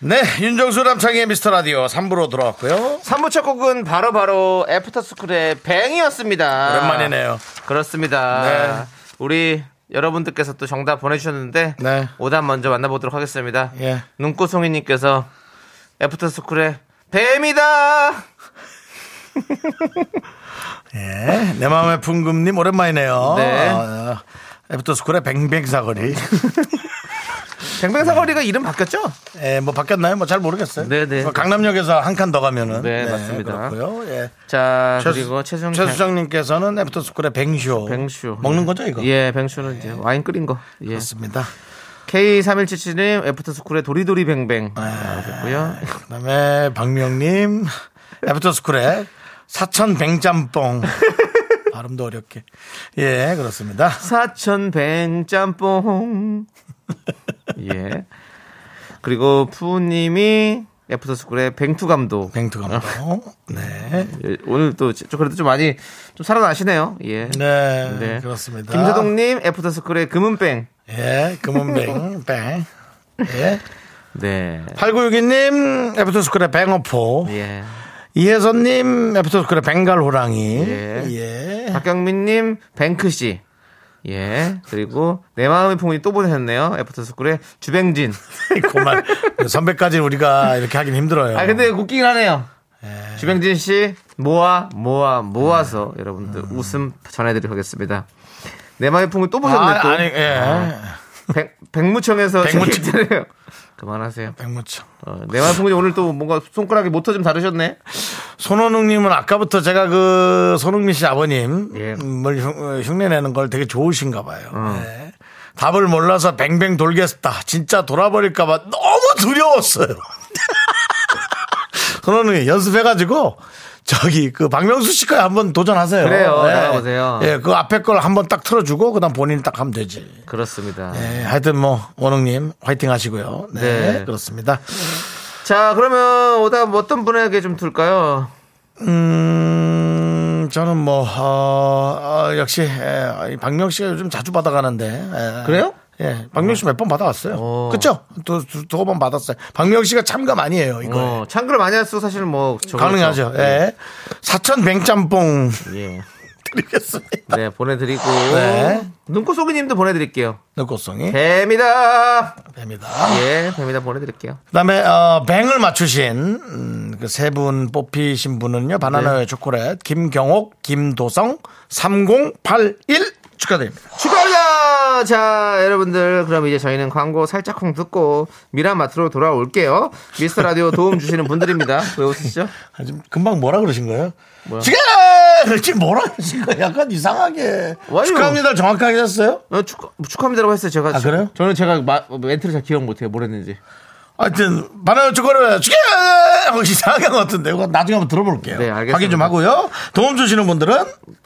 네, 윤정수 남창희의 미스터 라디오 3부로 돌아왔고요.
3부 첫 곡은 바로바로 애프터스쿨의 뱅이었습니다.
오랜만이네요.
그렇습니다. 우리 여러분들께서 또 정답 보내주셨는데
네.
오답 먼저 만나보도록 하겠습니다.
예.
눈꽃송이님께서 애프터스쿨의 뱀이다.
예, 내 마음의 풍금님 오랜만이네요.
네.
어, 애프터스쿨의 뱅뱅사거리.
뱅뱅사거리가 이름 바뀌었죠?
예, 뭐 바뀌었나요? 뭐 잘 모르겠어요.
네, 네.
뭐 강남역에서 한 칸 더 가면은.
네, 맞습니다.
그렇고요. 예.
자
최수-
그리고 최수정
최수정님께서는 애프터스쿨의 뱅쇼.
뱅쇼
먹는 거죠, 이거?
예, 뱅쇼는 이제 와인 끓인 거. 예.
그렇습니다.
K3177님 애프터스쿨의 도리도리 뱅뱅
아.
나오셨고요.
그다음에 박명님 애프터스쿨의 사천 뱅짬뽕. 발음도 어렵게. 예, 그렇습니다.
사천 뱅짬뽕. 예. 그리고 푸우님이 애프터스쿨의 뱅투 감독.
뱅투
어.
감독. 네.
예, 오늘 또 지- 그래도 좀 많이 좀 살아나시네요. 예.
네, 그렇습니다.
김서동님 애프터스쿨의 금은뱅.
예, 금은뱅, 뱅. 예.
네.
8962님, 애프터스쿨의 뱅어포.
예.
이혜선님, 애프터스쿨의 벵갈 호랑이.
예.
예.
박경민님, 뱅크씨. 예. 그리고 내 마음의 풍이 또 보내셨네요. 애프터스쿨의 주뱅진.
그만. 선배까지 우리가 이렇게 하긴 힘들어요. 예.
아 근데 웃기긴 하네요. 주병진 씨 모아 모아 모아서 여러분들 웃음 전해드리겠습니다. 내 마음의 풍을 또 보셨네 요
아,
또.
아니, 예.
백, 백무청에서
백무청.
백무청 그만하세요.
백무청.
어, 내 마음의 풍이 오늘 또 뭔가 손가락에 모터 좀 다르셨네.
손원웅님은 아까부터 제가 그 손흥민 씨 아버님
예. 어.
뭘 흉- 흉내내는 걸 되게 좋으신가 봐요. 예. 답을 몰라서 뱅뱅 돌겠다. 진짜 돌아버릴까봐 너무 두려웠어요. 손원웅이 연습해가지고 저기 그 박명수 씨 거에 한번 도전하세요.
그래요. 나가보세요.
예, 그 앞에 걸 한번 딱 틀어주고 그다음 본인이 딱 하면 되지.
그렇습니다.
예, 하여튼 뭐 원웅님 화이팅 하시고요. 네,
네.
그렇습니다.
자 그러면 오답 어떤 분에게 좀 둘까요?
음, 저는 뭐, 어, 어, 역시, 예, 이 박명 씨가 요즘 자주 받아가는데. 예.
그래요?
예, 박명 씨 몇 번 받아왔어요.
어.
그쵸? 두, 두, 두어 번 받았어요. 박명 씨가 참감 아니에요, 이거.
어, 창글 많이 할수록 사실 뭐 저거죠.
가능하죠. 예. 사천 뱅짬뽕
예.
드리겠습니다.
네 보내드리고
네.
눈꽃속이님도 보내드릴게요.
느꽃송이.
네. 뱀이다.
됩니다.
예, 뱀이다 보내드릴게요.
그 다음에, 어, 뱅을 맞추신, 그 세 분 뽑히신 분은요,
네.
바나나의 초콜릿, 김경옥, 김도성, 3081 축하드립니다.
축하합니다! 자, 여러분들, 그럼 이제 저희는 광고 살짝쿵 듣고 미라마트로 돌아올게요. 미스터 라디오 도움 주시는 분들입니다. 왜 웃으시죠?
아, 지금 금방 뭐라 그러신 거예요? 지금! 지금 뭐라 그러신 거예요? 약간 이상하게.
와요.
축하합니다. 정확하게 했어요?
어, 축하, 축하합니다라고 했어요, 제가.
아, 그래요?
저는 제가 마, 뭐 멘트를 잘 기억 못해요, 뭘 했는지.
하여튼, 바나나 초콜릿, 지금! 하고 이상한 것 같은데. 이거 나중에 한번 들어볼게요.
네, 알겠습니다.
확인 좀 하고요. 도움 주시는 분들은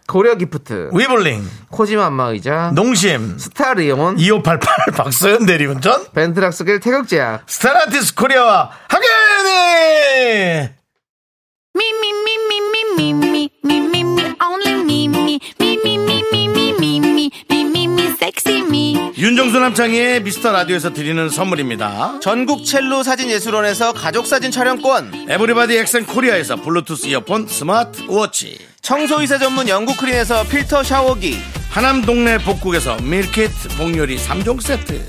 고려 기프트,
위블링,
코지마 안마의자,
농심,
스타 리온,
2588 박서연 대리운전,
벤트락스길 태극제약,
스타라티스 코리아와 함께하니!
Me, me, me, me, me, me, me, me, me, me, only me, me, me, me, me, me, me, me, me, me, me, me, sexy me.
윤정수 남창희의 미스터 라디오에서 드리는 선물입니다.
전국 첼로 사진예술원에서 가족사진 촬영권,
에브리바디 엑센 코리아에서 블루투스 이어폰 스마트 워치.
청소이사 전문 영국 크린에서 필터 샤워기,
하남 동네 복국에서 밀키트 복요리 3종 세트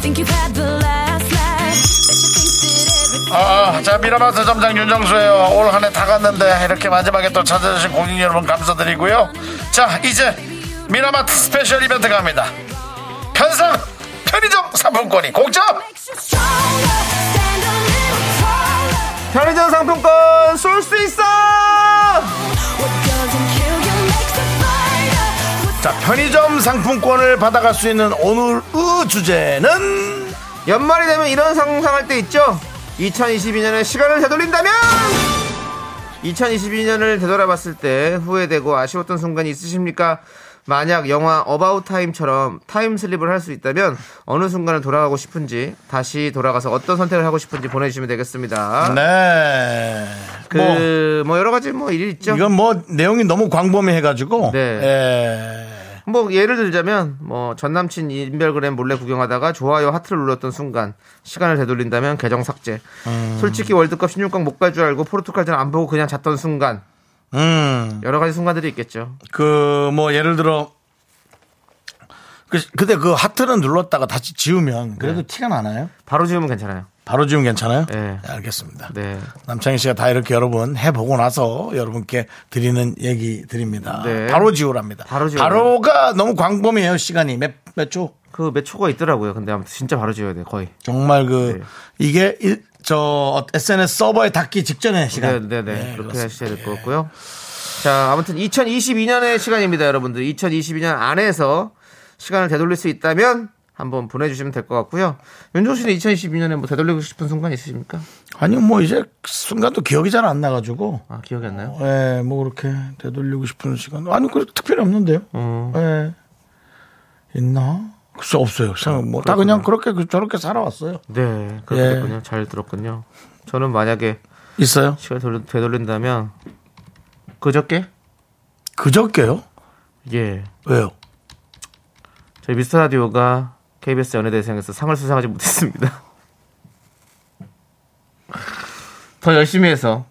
Think you've had the last laugh? But you think that everything.
아자 미라마스 점장 윤정수예요 올 한 해 다 갔는데 이렇게 마지막에 또 찾아주신 고객 여러분 감사드리고요 자 이제 미라마트 스페셜 이벤트 갑니다 편상 편의점 상품권이 공짜
makes you stronger, stand a little taller.
편의점 상품권 쏠 수 있어
What doesn't kill you makes you fighter. What's
자 편의점 상품권을 받아갈 수 있는 오늘의 주제는
연말이 되면 이런 상상할 때 있죠 2022년의 시간을 되돌린다면 2022년을 되돌아봤을 때 후회되고 아쉬웠던 순간이 있으십니까? 만약 영화 어바웃 타임처럼 타임슬립을 할 수 있다면 어느 순간을 돌아가고 싶은지 다시 돌아가서 어떤 선택을 하고 싶은지 보내주시면 되겠습니다.
네. 뭐
그, 뭐, 여러 가지 뭐 일이 있죠.
이건 뭐 내용이 너무 광범위해가지고.
네.
예.
뭐 예를 들자면 뭐 전남친 인별그램 몰래 구경하다가 좋아요 하트를 눌렀던 순간 시간을 되돌린다면 계정 삭제.
음.
솔직히 월드컵 16강 못 갈 줄 알고 포르투갈전 안 보고 그냥 잤던 순간
음.
여러 가지 순간들이 있겠죠.
그 뭐 예를 들어. 그 근데 그 하트는 눌렀다가 다시 지우면 그래도 티가 나나요?
바로 지우면 괜찮아요.
바로 지우면 괜찮아요?
네.
알겠습니다.
네.
남창희 씨가 다 이렇게 여러 번 해보고 나서 여러분께 드리는 얘기 드립니다.
네.
바로 지우랍니다.
바로 지우라.
바로가 너무 광범위해요 시간이 몇 몇 초?
그 몇 초가 있더라고요. 근데 아무튼 진짜 바로 지워야 돼 거의.
정말
네.
그 이게 일- 저 SNS 서버에 닿기 직전의
네,
시간.
네, 네.
네,
그렇게
그렇습니다.
하셔야 될 것 같고요. 자, 아무튼 2022년의 시간입니다, 여러분들. 2022년 안에서 시간을 되돌릴 수 있다면 한번 보내주시면 될 것 같고요. 윤종 씨는 2022년에 뭐 되돌리고 싶은 순간 있으십니까?
아니요, 뭐 이제 순간도 기억이 잘 안 나가지고.
아 기억이 안 나요?
예, 뭐 그렇게 되돌리고 싶은 시간. 아니, 그 특별히 없는데요.
어.
예. 있나? 글쎄, 없어요. 생각, 뭐, 다 그냥 그렇게, 그- 저렇게 살아왔어요.
네,
예.
그렇군요. 잘 들었군요. 저는 만약에
있어요?
시간 돌 되돌린다면 그저께
그저께요?
예
왜요?
저희 미스터 라디오가 KBS 연예대상에서 상을 수상하지 못했습니다. 더 열심히 해서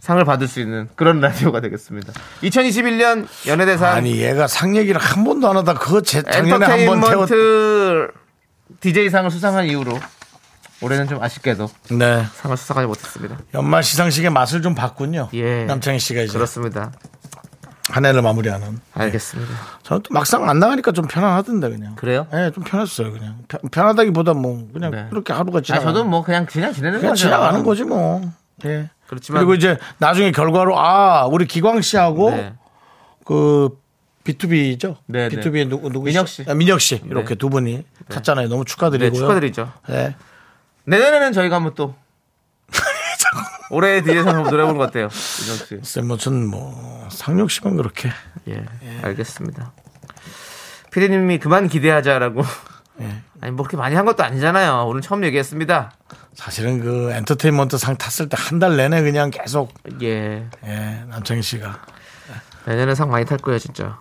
상을 받을 수 있는 그런 라디오가 되겠습니다. 2021년 연예대상
아니, 얘가 상 얘기를 한 번도 안 하다 그거 제 작년에 한 번 태웠.
엔터테인먼트 DJ상을 수상한 이후로 올해는 좀 아쉽게도
네.
상을 수상하지 못했습니다.
연말 시상식의 맛을 좀 봤군요.
예.
남창희 씨가 이제
그렇습니다.
한 해를 마무리하는.
알겠습니다.
저는 또 막상 안 나가니까 좀 편안하던데 그냥.
그래요?
예, 좀 편했어요 그냥. 편, 편하다기보다 뭐 그냥
네.
그렇게 하루가
아,
지나.
저도 뭐 그냥 그냥 지내는
그냥
거죠.
지나가는 거지 뭐. 예.
그렇지만
그리고 이제 뭐 나중에 결과로 아 우리 기광 씨하고
네.
그 B2B죠.
네, 네.
B2B의 누구 누구
민혁 씨.
아, 민혁 씨 이렇게 두 분이 탔잖아요. 너무
네,
축하드리고요.
축하드리죠.
예.
내년에는 저희가 한번 또 올해 DJ상 한번 노래보는 거 어때요? 이정 씨.
글쎄 무슨 뭐 상륙 씨만 그렇게
예,
네.
알겠습니다. 피디님이 그만 기대하자라고.
네.
아니 뭐 그렇게 많이 한 것도 아니잖아요. 오늘 처음 얘기했습니다.
사실은 그 엔터테인먼트 상 탔을 때 한 달 내내 그냥 계속
예,
예, 남창희 씨가
내년에 상 많이 탈 거예요, 진짜.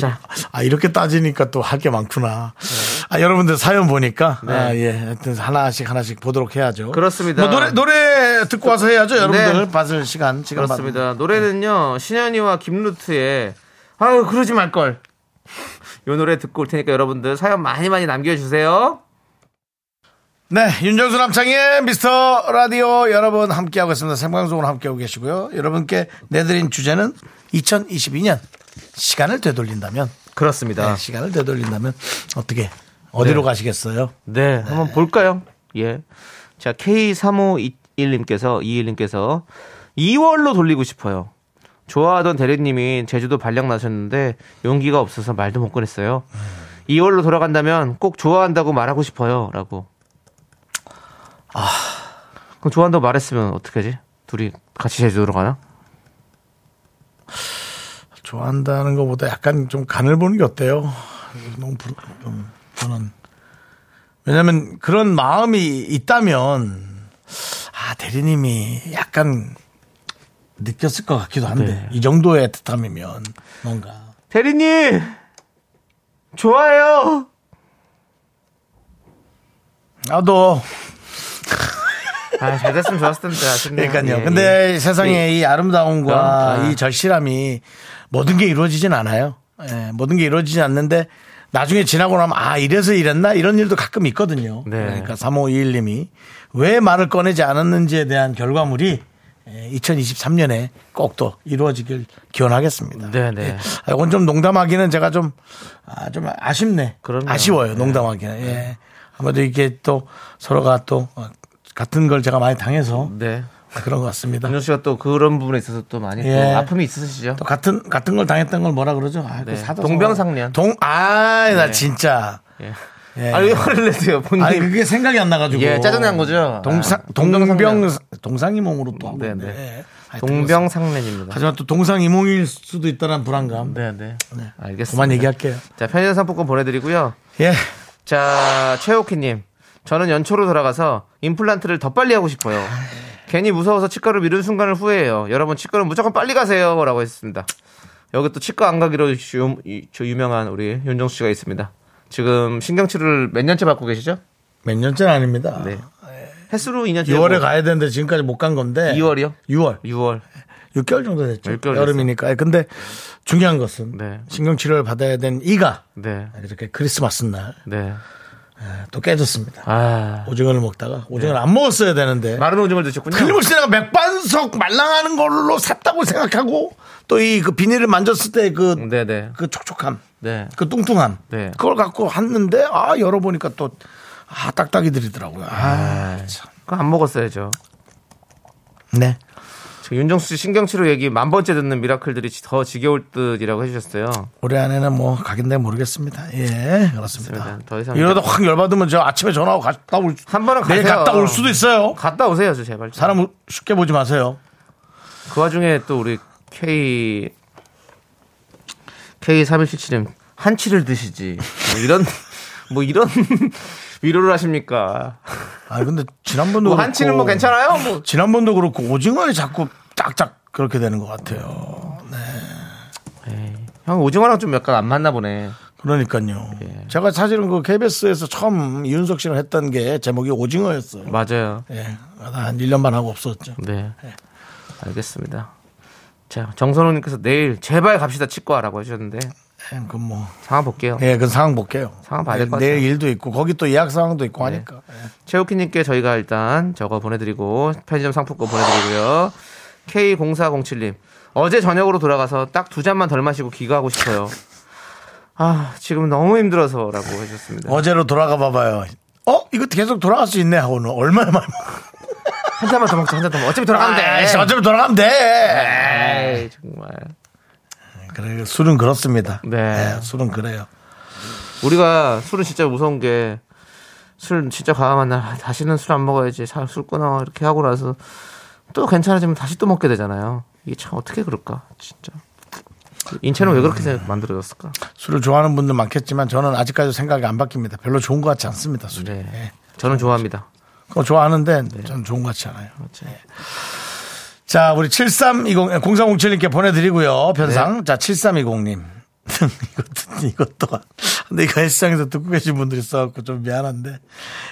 자.
아 이렇게 따지니까 또 할 게 많구나.
네.
아 여러분들 사연 보니까 아, 예, 하여튼 하나씩 하나씩 보도록 해야죠.
그렇습니다.
뭐 노래 노래 듣고 와서 해야죠. 여러분들
네.
받을 시간 지금 받-
그렇습니다. 노래는요 신현이와 김루트의 아유 그러지 말 걸. 요 노래 듣고 올 테니까 여러분들 사연 많이 많이 남겨주세요.
네, 윤정수 남창의 미스터 라디오 여러분 함께하고 있습니다. 생방송으로 함께하고 계시고요. 여러분께 내드린 주제는 2022년 시간을 되돌린다면
그렇습니다.
네, 시간을 되돌린다면 어떻게 어디로
아. 네.
가시겠어요?
네, 한번 볼까요? 예. 자, K3521님께서, 21님께서 2월로 돌리고 싶어요. 좋아하던 대리님이 제주도 발령 나셨는데 용기가 없어서 말도 못 꺼냈어요. 2월로 돌아간다면 꼭 좋아한다고 말하고 싶어요. 라고. 아. 그럼 좋아한다고 말했으면 어떡하지? 둘이 같이 제주도로 가나?
좋아한다는 것보다 약간 좀 간을 보는 게 어때요? 너무 부러, 좀 저는 왜냐하면 그런 마음이 있다면 아 대리님이 약간 느꼈을 것 같기도 한데
네.
이 정도의 뜻함이면 뭔가
대리님! 좋아해요!
나도
아, 잘 됐으면 좋았을 텐데. 아쉽네요.
그러니까요.
예,
근데
예.
세상에 이 아름다움과
그럼, 아.
이 절실함이 모든 게 이루어지진 않아요. 예, 모든 게 이루어지지 않는데 나중에 지나고 나면 아 이래서 이랬나 이런 일도 가끔 있거든요.
네.
그러니까 3521님이 왜 말을 꺼내지 않았는지에 대한 결과물이 2023년에 꼭 또 이루어지길 기원하겠습니다.
네네.
예. 아, 이건 좀 농담하기는 제가 좀, 아, 좀 아쉽네.
그럼요. 네.
아쉬워요. 농담하기는. 예. 아무래도 이게 또 서로가 또 어, 같은 걸 제가 많이 당해서
네.
그런 것 같습니다.
윤정 씨가 또 그런 부분에 있어서 또 많이
예.
또 아픔이 있으시죠?
또 같은 같은 걸 당했던 걸 뭐라 그러죠? 아, 그
네.
사도
동병상련.
동, 아, 나
네.
진짜.
예.
예.
아니 왜 화를 내세요, 본인?
아니 그게 생각이 안 나가지고.
예, 짜증난 거죠?
동상
아,
동병
동병상련.
동상이몽으로 또.
네,
하는데.
네.
예. 하여튼 그렇습니다.
동병상련입니다.
하지만 또 동상이몽일 수도 있다는 불안감.
네, 네.
네.
알겠습니다.
그만 얘기할게요.
자, 편의점 상품권 보내드리고요.
예.
자, 최옥희님. 저는 연초로 돌아가서 임플란트를 더 빨리 하고 싶어요. 괜히 무서워서 치과를 미룬 순간을 후회해요. 여러분 치과는 무조건 빨리 가세요. 라고 했습니다. 여기 또 치과 안 가기로 유, 이- 저 유명한 우리 윤정수 씨가 있습니다. 지금 신경치료를 몇 년째 받고 계시죠?
몇 년째는 아닙니다.
네. 횟수로 2년째. 뭐
6월에 가야 되는데 지금까지 못 간 건데.
2월이요?
6월.
6월.
6개월 정도 됐죠.
육 개월
여름이니까. 아니, 근데 중요한 것은
네.
신경 치료를 받아야 된 이가
네.
이렇게 크리스마스 날 또
네.
깨졌습니다.
아.
오징어를 먹다가 오징어를 안 먹었어야 되는데
마른 오징어를 드셨군요.
틀림없이 내가 맥반석 말랑하는 걸로 샀다고 생각하고 또 이 그 비닐을 만졌을 때 그 그
네네.
촉촉함,
네.
그 뚱뚱함
네.
그걸 갖고 했는데 아 열어보니까 또 아, 딱딱이 들이더라고요. 아,
그거 안 먹었어야죠.
네.
지금 윤정수 씨 신경치료 얘기 만 번째 듣는 미라클들이 더 지겨울 듯이라고 해주셨어요.
올해 안에는 뭐 가겠네 모르겠습니다. 예, 그렇습니다.
그렇습니다. 더 이상
이러다 확 열받으면 저 아침에 전화하고 갔다 올.
한 번은
내일
가세요.
갔다 올 수도 있어요.
갔다 오세요, 저 제발.
사람 우- 쉽게 보지 마세요.
그 와중에 또 우리 K K3177님 한치를 드시지. 뭐 이런 뭐 이런 위로를 하십니까?
아 근데 지난번도
뭐
그렇고-
한치는 뭐 괜찮아요? 뭐
지난번도 그렇고 오징어에 자꾸 짝짝 그렇게 되는 것 같아요.
형 오징어랑 좀 약간 안 맞나 보네.
그러니까요.
예.
제가 사실은 그 KBS에서 처음 이윤석 씨랑 했던 게 제목이 오징어였어요.
맞아요.
예. 한 1년만 하고 없었죠.
네. 알겠습니다. 자, 정선호님께서 내일 제발 갑시다 치과라고 해주셨는데
예, 그건 뭐.
상황 볼게요.
예, 그 상황 볼게요.
상황 봐야 될것
내일
같아요.
일도 있고 거기 또 예약 상황도 있고 하니까.
최우키님께 저희가 일단 저거 보내드리고 편의점 상품권 보내드리고요. K0407님 어제 저녁으로 돌아가서 딱 두 잔만 덜 마시고 귀가하고 싶어요. 아 지금 너무 힘들어서라고 해주셨습니다.
어제로 돌아가 봐봐요. 어? 이것도 계속 돌아갈 수 있네 하고는 얼마나 많이.
한 잔만 더 먹자 한 잔 더 먹자 어차피 돌아가면
아이씨,
돼. 네.
어차피 돌아가면 돼.
에이 정말
그래, 술은 그렇습니다.
네.
예, 술은 그래요.
우리가 술은 진짜 무서운 게 술 진짜 과감한 날 아, 다시는 술 안 먹어야지 자, 술 끊어 이렇게 하고 나서 또 괜찮아지면 다시 또 먹게 되잖아요. 이게 참 어떻게 그럴까 진짜 인체는 왜 그렇게 생- 만들어졌을까?
술을 좋아하는 분들 많겠지만 저는 아직까지 생각이 안 바뀝니다. 별로 좋은 것 같지 않습니다. 술이.
네.
예.
저는 좋아합니다.
그거 좋아하는데 저는 좋은 것 같지 않아요. 예. 자, 우리 7320, 0307님께 보내드리고요. 변상. 자, 7320님. 이것도, 이것도. 근데 이거 헬스장에서 듣고 계신 분들이 있어갖고 좀 미안한데.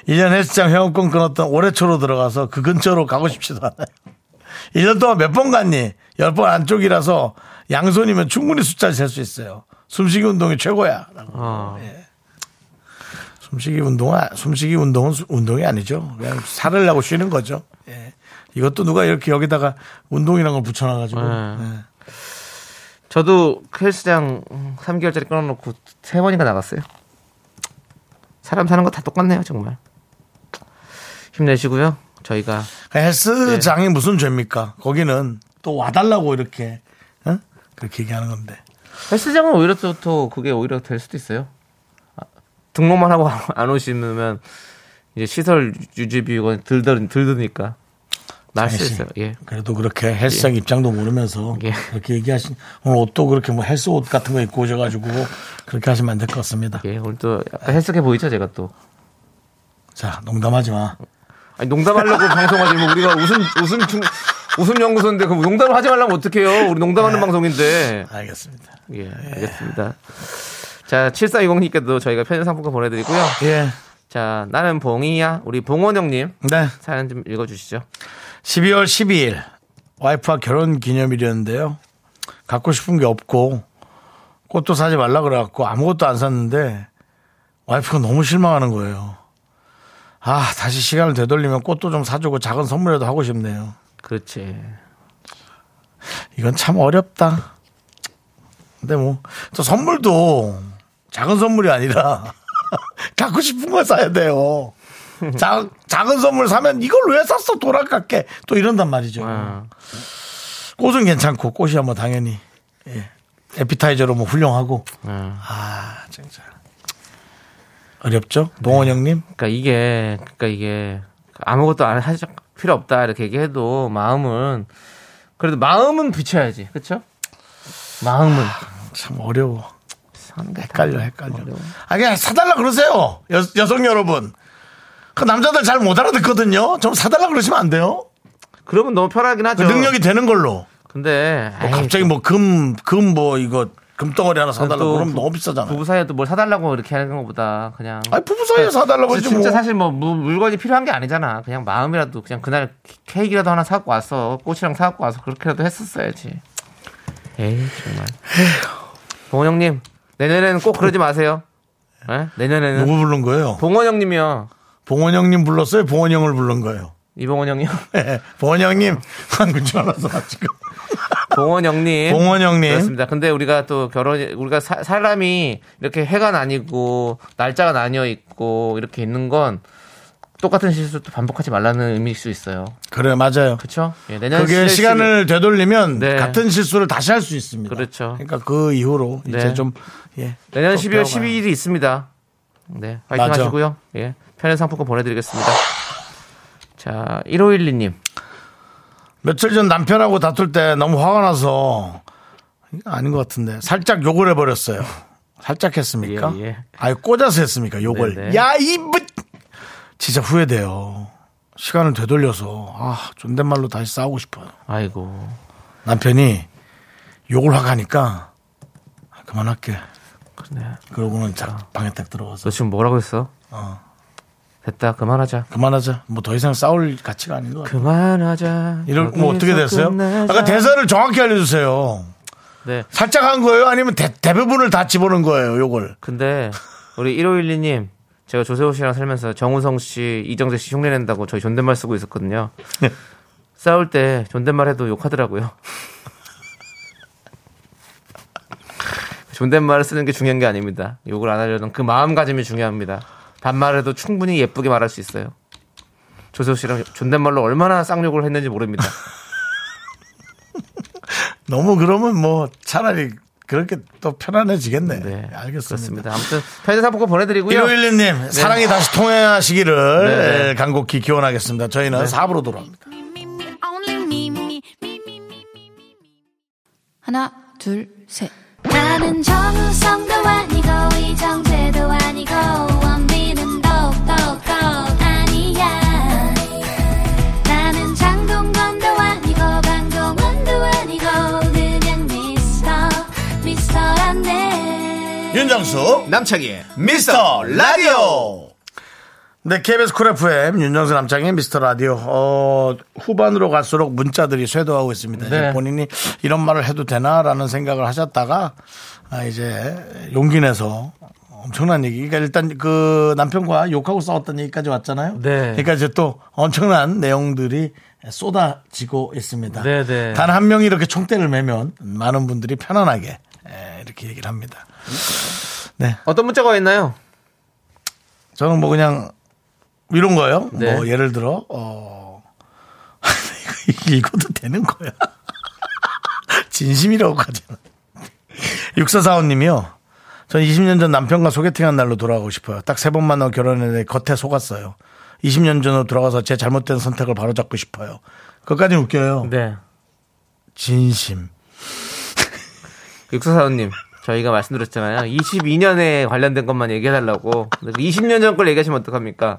1년 헬스장 회원권 끊었던 올해 초로 들어가서 그 근처로 가고 싶지도 않아요. 1년 동안 몇 번 갔니? 10번 안쪽이라서 양손이면 충분히 숫자를 셀 수 있어요. 숨쉬기 운동이 최고야. 라고.
어.
숨쉬기 운동은 숨쉬기 운동은 수- 운동이 아니죠. 그냥 살을 내고 쉬는 거죠. 예. 이것도 누가 이렇게 여기다가 운동이라는 걸 붙여놔가지고
네.
예.
저도 그 헬스장 음, 3개월짜리 끊어놓고 세 번인가 나갔어요. 사람 사는 거 다 똑같네요, 정말. 힘내시고요. 저희가
그
예.
헬스장이 무슨 죄입니까? 거기는 또 와달라고 이렇게 어? 그렇게 얘기하는 건데
헬스장은 오히려 또, 또 그게 오히려 될 수도 있어요. 아, 등록만 하고 안 오시면 이제 시설 유지 비용이 들들 들드니까 날 수
아이씨.
있어요. 예.
그래도 그렇게 헬스장 입장도 모르면서
예.
그렇게 얘기하신 오늘 옷도 그렇게 뭐 헬스 옷 같은 거 입고 오셔가지고 그렇게 하시면 안 될 것 같습니다.
예, 오늘 또 약간 헬스해 보이죠, 제가 또.
자 농담하지 마.
아니 농담하려고 방송하지 뭐 우리가 웃음 웃음 중 웃음 연구소인데 그 농담을 하지 말라면 어떡해요? 우리 농담하는 방송인데.
알겠습니다.
예, 알겠습니다. 자, 7420님께도 저희가 편의 상품권 보내 드리고요.
예.
자, 나는 봉이야. 우리 봉원 형님
네.
사연 좀 읽어 주시죠.
12월 12일 와이프와 결혼 기념일이었는데요. 갖고 싶은 게 없고 꽃도 사지 말라 그래갖고 아무것도 안 샀는데 와이프가 너무 실망하는 거예요. 아 다시 시간을 되돌리면 꽃도 좀 사주고 작은 선물이라도 하고 싶네요.
그렇지.
이건 참 어렵다. 근데 뭐 또 선물도 작은 선물이 아니라 갖고 싶은 걸 사야 돼요. 자, 작은 선물 사면 이걸 왜 샀어 돌아갈게 또 이런단 말이죠.
아,
꽃은 괜찮고 꽃이야 뭐 당연히 예. 에피타이저로 뭐 훌륭하고
아.
아 진짜 어렵죠 봉원 형님
그러니까 이게 그러니까 이게 아무것도 안 하실 필요 없다 이렇게 얘기해도 마음은 그래도 마음은 비춰야지. 그렇죠? 마음은
참 어려워
사는 게
헷갈려 헷갈려 아 그냥 사달라 그러세요 여, 여성 여러분 그 남자들 잘 못 알아듣거든요 좀 사달라 그러시면 안 돼요
그러면 너무 편하긴
그
하죠.
능력이 되는 걸로
근데
뭐
에이,
갑자기 뭐 금 금 뭐 이거 금덩어리 하나 사달라
또
고 그러면
부-
너무 비싸잖아요
부부 사이에 또뭘 사달라고 이렇게 하는 것보다 그냥
뭐 아니 부부 사이에 사달라고
진짜
하지 뭐
사실 뭐 무- 물건이 필요한 게 아니잖아. 그냥 마음이라도 그냥 그날 케이크라도 하나 사갖고 와서 꽃이랑 사갖고 와서 그렇게라도 했었어야지. 에이 정말. 봉원 형님 내년에는 꼭 그러지 마세요. 예? 내년에는
누구 부른 거예요
봉원 형님이요.
봉원 형님 불렀어요 봉원 형을 부른 거예요
이봉원 형님.
예, 봉원 형님 한글 줄 알아서 나 지금
봉원 형님.
봉원 형님.
예. 그렇습니다. 근데 우리가 또 결혼 우리가 사- 사람이 이렇게 해가 나뉘고 날짜가 나뉘어 있고 이렇게 있는 건 똑같은 실수 또 반복하지 말라는 의미일 수 있어요.
그래 맞아요.
그렇죠? 예, 내년
그게
CLC
시간을 되돌리면
네.
같은 실수를 다시 할 수 있습니다.
그렇죠.
그러니까 그 이후로 이제
네.
좀 예.
내년
꼭
12월
배워봐요.
12일이 있습니다. 네, 파이팅
맞아.
하시고요. 예, 편의 상품권 보내드리겠습니다. 자, 1512님.
며칠 전 남편하고 다툴 때 너무 화가 나서 이거 아닌 것 같은데 살짝 욕을 해버렸어요. 살짝 했습니까?
예, 예.
아예 꽂아서 했습니까? 욕을.
네, 네.
야 이부 진짜 후회돼요. 시간을 되돌려서 아 존댓말로 다시 싸우고 싶어요.
아이고.
남편이 욕을 확 하니까 아, 그만할게.
그러네. 아.
그러고는 자, 방에 딱 들어가서
너 지금 뭐라고 했어?
어.
됐다, 그만하자.
그만하자. 뭐 더 이상 싸울 가치가 아닌 것 같아요.
그만하자.
이럴 뭐 어떻게
여기서
됐어요?
끝내자.
아까 대사를 정확히 알려주세요.
네.
살짝 한 거예요? 아니면 대, 대부분을 다 집어넣은 거예요, 요걸?
근데 우리 1512님 제가 조세호 씨랑 살면서 정우성 씨, 이정재 씨 흉내 낸다고 저희 존댓말 쓰고 있었거든요.
네.
싸울 때 존댓말 해도 욕하더라고요. 존댓말을 쓰는 게 중요한 게 아닙니다. 욕을 안 하려는 그 마음가짐이 중요합니다. 반말해도 충분히 예쁘게 말할 수 있어요. 조세호 씨랑 존댓말로 얼마나 쌍욕을 했는지 모릅니다.
너무 그러면 뭐 차라리 그렇게 또 편안해지겠네.
네,
알겠습니다.
그렇습니다. 아무튼 편의상품권 보내드리고요.
1511님, 사랑이 다시 통해하시기를
네, 네.
예, 간곡히 기원하겠습니다. 저희는 사 4부로 돌아옵니다.
Only me, me, me, me, me, me, me.
하나, 둘, 셋.
나는 정우성도 아니고 이정재도 아니고 원빈은 더욱더 아니야 나는 장동건도 아니고 강동원도 아니고 그냥 미스터 미스터란데
윤정수 남창희의 미스터 라디오 네, KBS 쿨 FM 윤정수 남창희의 미스터 라디오 어, 후반으로 갈수록 문자들이 쇄도하고 있습니다 이제
네.
본인이 이런 말을 해도 되나라는 생각을 하셨다가 아, 이제 용기 내서 엄청난 얘기 그러니까 일단 그 남편과 욕하고 싸웠던 얘기까지 왔잖아요
네.
그러니까 이제 또 엄청난 내용들이 쏟아지고 있습니다
네, 네.
단 한 명이 이렇게 총대를 매면 많은 분들이 편안하게 에, 이렇게 얘기를 합니다 네.
어떤 문자가 있나요?
저는 뭐 그냥 이런 거예요.
네.
뭐 예를 들어 어 이거 읽어도 되는 거야. 진심이라고까지는. 6445님이요. 전 20년 전 남편과 소개팅한 날로 돌아가고 싶어요. 딱 세 번 만나고 결혼했는데 겉에 속았어요. 20년 전으로 돌아가서 제 잘못된 선택을 바로잡고 싶어요. 그것까지는 웃겨요.
네.
진심.
육사사원님 저희가 말씀드렸잖아요. 22년에 관련된 것만 얘기해달라고. 20년 전 걸 얘기하시면 어떡합니까?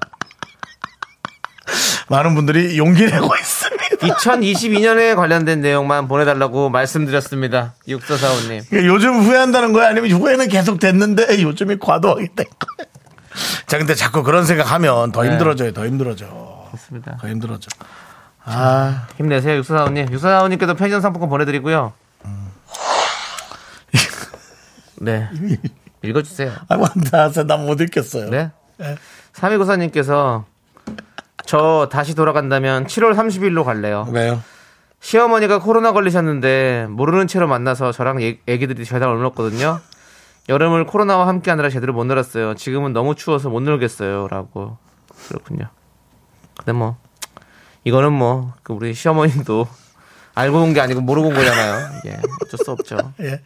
많은 분들이 용기 내고 있습니다.
2022년에 관련된 내용만 보내달라고 말씀드렸습니다. 육사사원님.
그러니까 요즘 후회한다는 거야? 아니면 후회는 계속 됐는데 요즘이 과도하게 된 거야? 자, 근데 자꾸 그런 생각하면 더
네.
힘들어져요, 더 힘들어져.
좋습니다.
더 힘들어져. 아,
힘내세요, 육사사원님. 육사사원님께도 편의점 상품권 보내드리고요. 네. 읽어주세요.
아, 완다서 난못 읽겠어요.
네. 3294님께서 저 다시 돌아간다면 7월 30일로 갈래요.
왜요?
시어머니가 코로나 걸리셨는데 모르는 채로 만나서 저랑 애- 애기들이 죄다 얼었거든요. 여름을 코로나와 함께 하느라 제대로 못 놀았어요. 지금은 너무 추워서 못 놀겠어요라고 그렇군요. 근데 뭐 이거는 뭐그 우리 시어머님도 알고 온 게 아니고 모르고 온 거잖아요. 예, 어쩔 수 없죠.
예.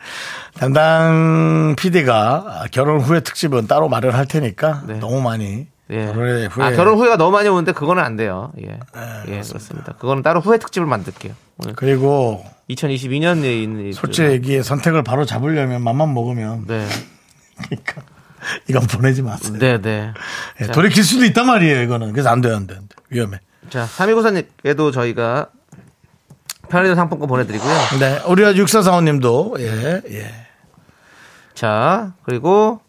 담당 PD가 결혼 후에 특집은 따로 마련할 테니까
네.
너무 많이
예.
결혼 후에 아,
아 결혼 후회가 너무 많이 오는데 그거는 안 돼요. 예, 예 그렇습니다. 그거는 따로 후회 특집을 만들게요. 오늘
그리고
네. 2022년에 있는 일들.
솔직히 얘기해 선택을 바로 잡으려면 맘만 먹으면
네,
그러니까 이건 보내지 마세요.
네, 네.
예, 돌이킬 수도 있단 말이에요, 이거는. 그래서 안 돼, 안 돼, 안 돼. 위험해.
자, 3294님께도 저희가 편의점 상품권 보내드리고요.
네, 우리 육사사원님도 예, 예.
자, 그리고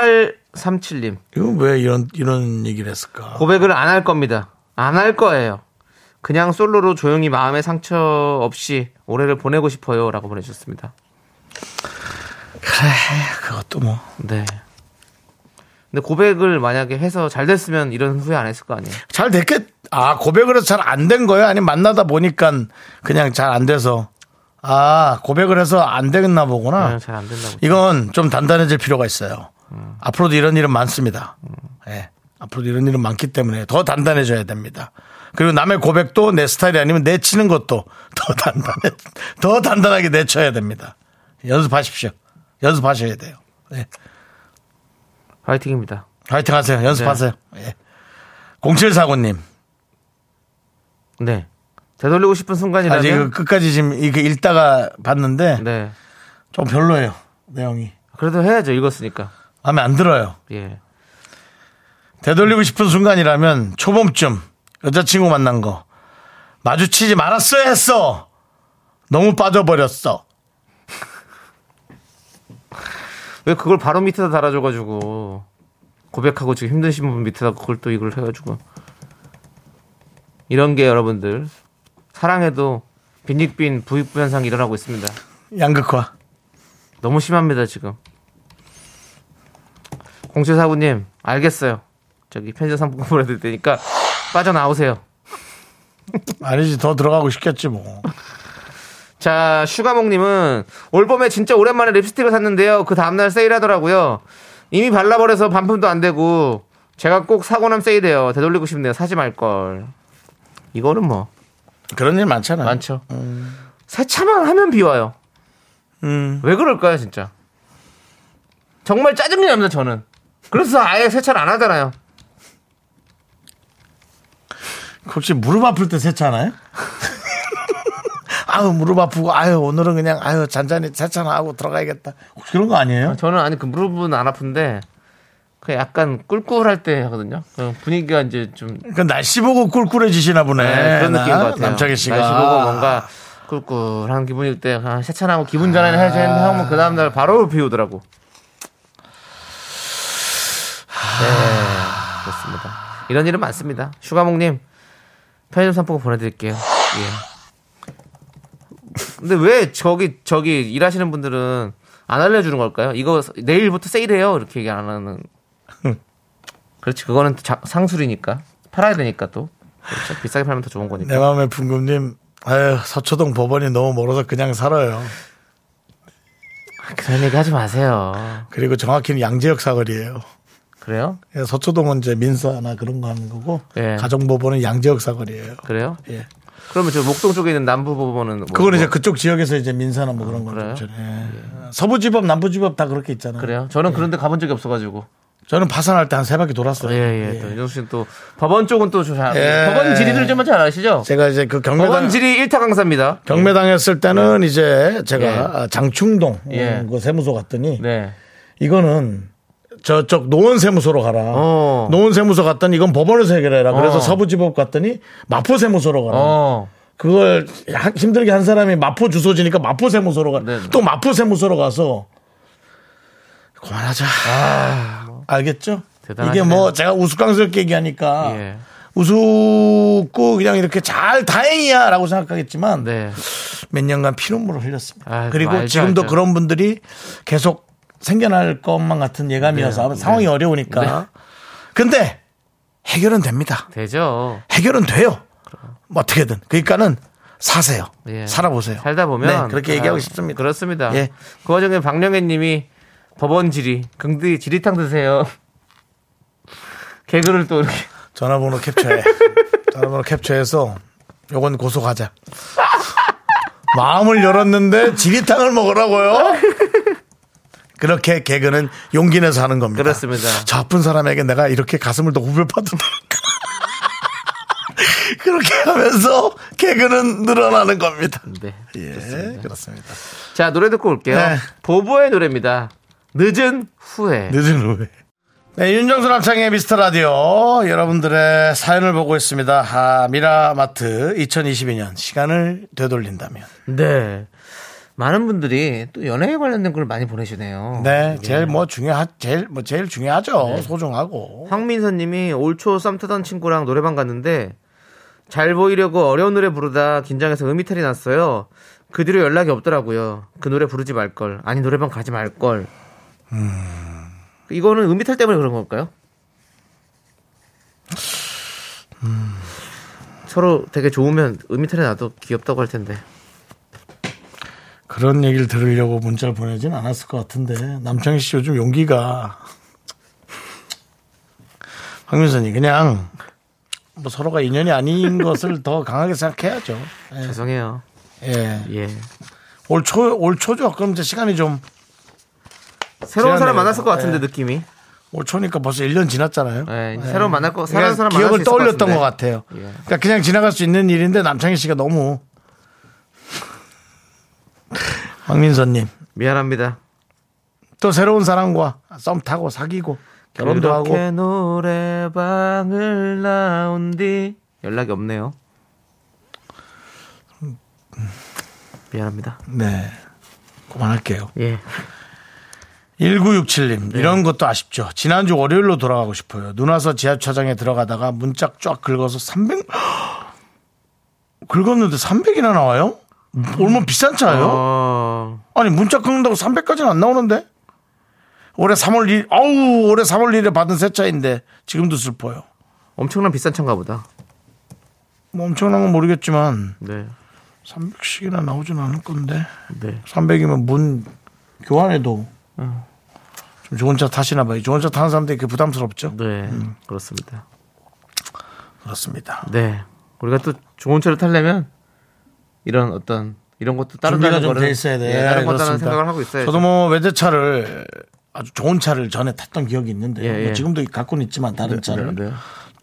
5837님.
이거 왜 이런 이런 얘기를 했을까?
고백을 안 할 겁니다. 안 할 거예요. 그냥 솔로로 조용히 마음의 상처 없이 올해를 보내고 싶어요. 라고 보내주셨습니다.
그것도 뭐
네. 근데 고백을 만약에 해서 잘 됐으면 이런 후회 안 했을 거 아니에요?
잘 됐겠. 아 고백을 해서 잘 안 된 거예요? 아니면 만나다 보니까 그냥 잘 안 돼서 아 고백을 해서 안 되겠나 보구나.
네, 잘 안 된다고.
이건 좀 단단해질 필요가 있어요. 앞으로도 이런 일은 많습니다. 예. 앞으로도 이런 일은 많기 때문에 더 단단해져야 됩니다. 그리고 남의 고백도 내 스타일이 아니면 내치는 것도 더 단단해, 더 단단하게 내쳐야 됩니다. 연습하십시오. 연습하셔야 돼요. 예.
화이팅입니다.
화이팅 하세요. 연습하세요. 예. 0749님.
네. 되돌리고 싶은
아직
순간이라면
그 끝까지 지금 이렇게 읽다가 봤는데
네.
좀 별로예요. 내용이.
그래도 해야죠. 읽었으니까.
마음에 안 들어요.
예.
되돌리고 싶은 순간이라면 초봄쯤 여자친구 만난 거 마주치지 말았어야 했어. 너무 빠져버렸어.
왜 그걸 바로 밑에다 달아줘가지고 고백하고 지금 힘든 신분 밑에다 그걸 또 이걸 해가지고 이런 게 여러분들 사랑에도 빈익빈 부익부 현상이 일어나고 있습니다.
양극화.
너무 심합니다 지금. 공채사부님 알겠어요. 저기 편의점 상품 보내드릴 테니까 빠져나오세요.
아니지 더 들어가고 싶겠지 뭐.
자, 슈가몽님은 올 봄에 진짜 오랜만에 립스틱을 샀는데요. 그 다음날 세일하더라고요. 이미 발라버려서 반품도 안 되고 제가 꼭 사고 나면 세일해요. 되돌리고 싶네요. 사지 말걸. 이거는 뭐
그런 일 많잖아요.
많죠. 세차만 하면 비와요.
음.
왜 그럴까요, 진짜? 정말 짜증이 납니다, 저는. 그래서 아예 세차를 안 하잖아요.
혹시 무릎 아플 때 세차나요? 아유 무릎 아프고 아유 오늘은 그냥 아유 잔잔히 세차나 하고 들어가야겠다. 혹시 그런 거 아니에요?
저는 아니 그 무릎은 안 아픈데 그 약간 꿀꿀할 때 하거든요. 그 분위기가 이제 좀
그 날씨 보고 꿀꿀해지시나 보네.
네, 그런 느낌인 것 같아요.
남창희 씨가
날씨 보고 뭔가 꿀꿀한 기분일 때 아, 세차나고 기분 전환을 해야지 했는데 하면 그 다음날 바로 비우더라고. 네, 그렇습니다. 이런 일은 많습니다. 슈가몽님 편의점 상품권 보내드릴게요. 예. 근데 왜 저기 저기 일하시는 분들은 안 알려주는 걸까요? 이거 내일부터 세일해요 이렇게 얘기 안 하는. 그렇지 그거는 자- 상술이니까 팔아야 되니까 또 그렇죠. 비싸게 팔면 더 좋은 거니까.
내 마음의 풍금님. 아유 서초동 법원이 너무 멀어서 그냥 살아요.
그런 얘기 하지 마세요.
그리고 정확히는 양재역 사거리예요.
그래요?
예, 서초동은 이제 민사나 그런 거 하는 거고
예.
가정법원은 양재역 사거리예요.
그래요?
예.
그러면 저 목동 쪽에 있는 남부 법원은 뭐,
그건 이제
뭐- 아,
그쪽 지역에서 이제 민사나 뭐 그런
그래요?
거죠 예. 서부지법, 남부지법 다 그렇게 있잖아요.
뭐, 그래요? 저는 그런데 가본 적이 없어가지고.
저는 파산할 때 한 세 바퀴 돌았어요.
예, 예. 또 윤정수 씨는 또 법원 쪽은 또 잘,
예.
법원 지리들 좀 잘 아시죠?
제가 이제 그 경매당
법원 지리 일타 강사입니다.
경매당했을 때는 이제 제가
네. 예.
아, 장충동
예.
그 세무소 갔더니
네.
이거는 저쪽 노원 세무소로 가라.
어.
노원 세무소 갔더니 이건 법원에서 해결해라. 그래서
어.
서부지법 갔더니 마포 세무소로 가라.
어.
그걸 하- 힘들게 한 사람이 마포 주소지니까 마포 세무소로 가.
네, 네.
또 마포 세무소로 가서 그만하자. 아, 알겠죠?
대단하시네요.
이게 뭐 제가 우스꽝스럽게 얘기하니까
예.
우습고 그냥 이렇게 잘 다행이야라고 생각하겠지만
네.
몇 년간 피눈물을 흘렸습니다.
아,
그리고
알죠,
지금도
알죠.
그런 분들이 계속 생겨날 것만 같은
네,
예감이어서 상황이 어려우니까. 근데 해결은 됩니다.
되죠.
해결은 돼요. 뭐 어떻게든. 그러니까는 사세요.
예.
살아보세요.
살다 보면.
네, 그렇게 얘기하고
아,
싶습니다.
그렇습니다.
예.
그 와중에 박령애 님이 법원 지리, 긍디 지리탕 드세요. 개그를 또 이렇게.
전화번호 캡처해. 전화번호 캡처해서 요건 고소하자. 마음을 열었는데 지리탕을 먹으라고요? 그렇게 개그는 용기 내서 하는 겁니다.
그렇습니다.
저 아픈 사람에게 내가 이렇게 가슴을 더 후벼파든다. 그렇게 하면서 개그는 늘어나는 겁니다.
네.
예, 그렇습니다.
자 노래 듣고 올게요.
네.
보보의 노래입니다. 늦은 후에.
늦은 후에. 네, 윤정수 남창의 미스터 라디오. 여러분들의 사연을 보고 있습니다. 아, 미라마트 2022년 시간을 되돌린다면.
네. 많은 분들이 또 연애에 관련된 걸 많이 보내시네요.
네, 제일 뭐 중요하, 제일, 뭐 제일 중요하죠. 소중하고.
황민서님이 올 초 썸 타던 친구랑 노래방 갔는데 잘 보이려고 어려운 노래 부르다 긴장해서 음이탈이 났어요. 그 뒤로 연락이 없더라고요. 그 노래 부르지 말 걸. 아니 노래방 가지 말 걸. 이거는 음이탈 때문에 그런 걸까요? 서로 되게 좋으면 음이탈이 나도 귀엽다고 할 텐데.
그런 얘기를 들으려고 문자를 보내진 않았을 것 같은데. 남창희 씨 요즘 용기가. 박민선이 그냥 뭐 서로가 인연이 아닌 것을 더 강하게 생각해야죠.
죄송해요.
예.
예.
올 초, 올 초죠. 그럼 이제 시간이 좀 올
새로운
지났네요.
사람 만났을 것 같은데
예.
느낌이.
초니까 벌써 1년 지났잖아요.
예, 이제 새로 만날 거, 새로운
그러니까
사람 만날 수
기억을
있을
떠올렸던 것,
것 같은데.
같아요.
예.
그러니까 그냥 지나갈 수 있는 일인데 남창희 씨가 너무 박민선님
미안합니다.
또 새로운 사람과 썸 타고 사귀고 결혼도 하고
이렇게 노래방을 나온 뒤 연락이 없네요. 미안합니다.
네 그만할게요.
예. 네.
1967님 이런 것도 아쉽죠. 지난주 월요일로 돌아가고 싶어요. 눈 와서 지하주차장에 들어가다가 문짝 쫙 긁어서 300 긁었는데 300이나 나와요?
음.
얼마 비싼 차예요?
어,
아니 문짝 긁는다고 300까지는 안 나오는데 올해 3월 1일 아우 올해 3월 1일에 받은 새 차인데 지금도 슬퍼요.
엄청난 비싼 차인가 보다.
뭐 엄청난 건 모르겠지만
네.
300씩이나 나오진 않을 건데
네.
300이면 문 교환해도 좀 좋은 차 타시나 봐요. 좋은 차 타는 사람들이 그게 부담스럽죠.
네. 그렇습니다.
그렇습니다.
네. 우리가 또 좋은 차를 타려면 이런 어떤 이런 것도 따로
준비가
다른
좀
거를
돼 있어야 돼.
예, 다른 거
그렇습니다.
다른 생각을 하고 있어요.
저도 뭐 외제차를 아주 좋은 차를 전에 탔던 기억이 있는데
예,
뭐
예.
지금도 갖고는 있지만 다른 차를
네, 네.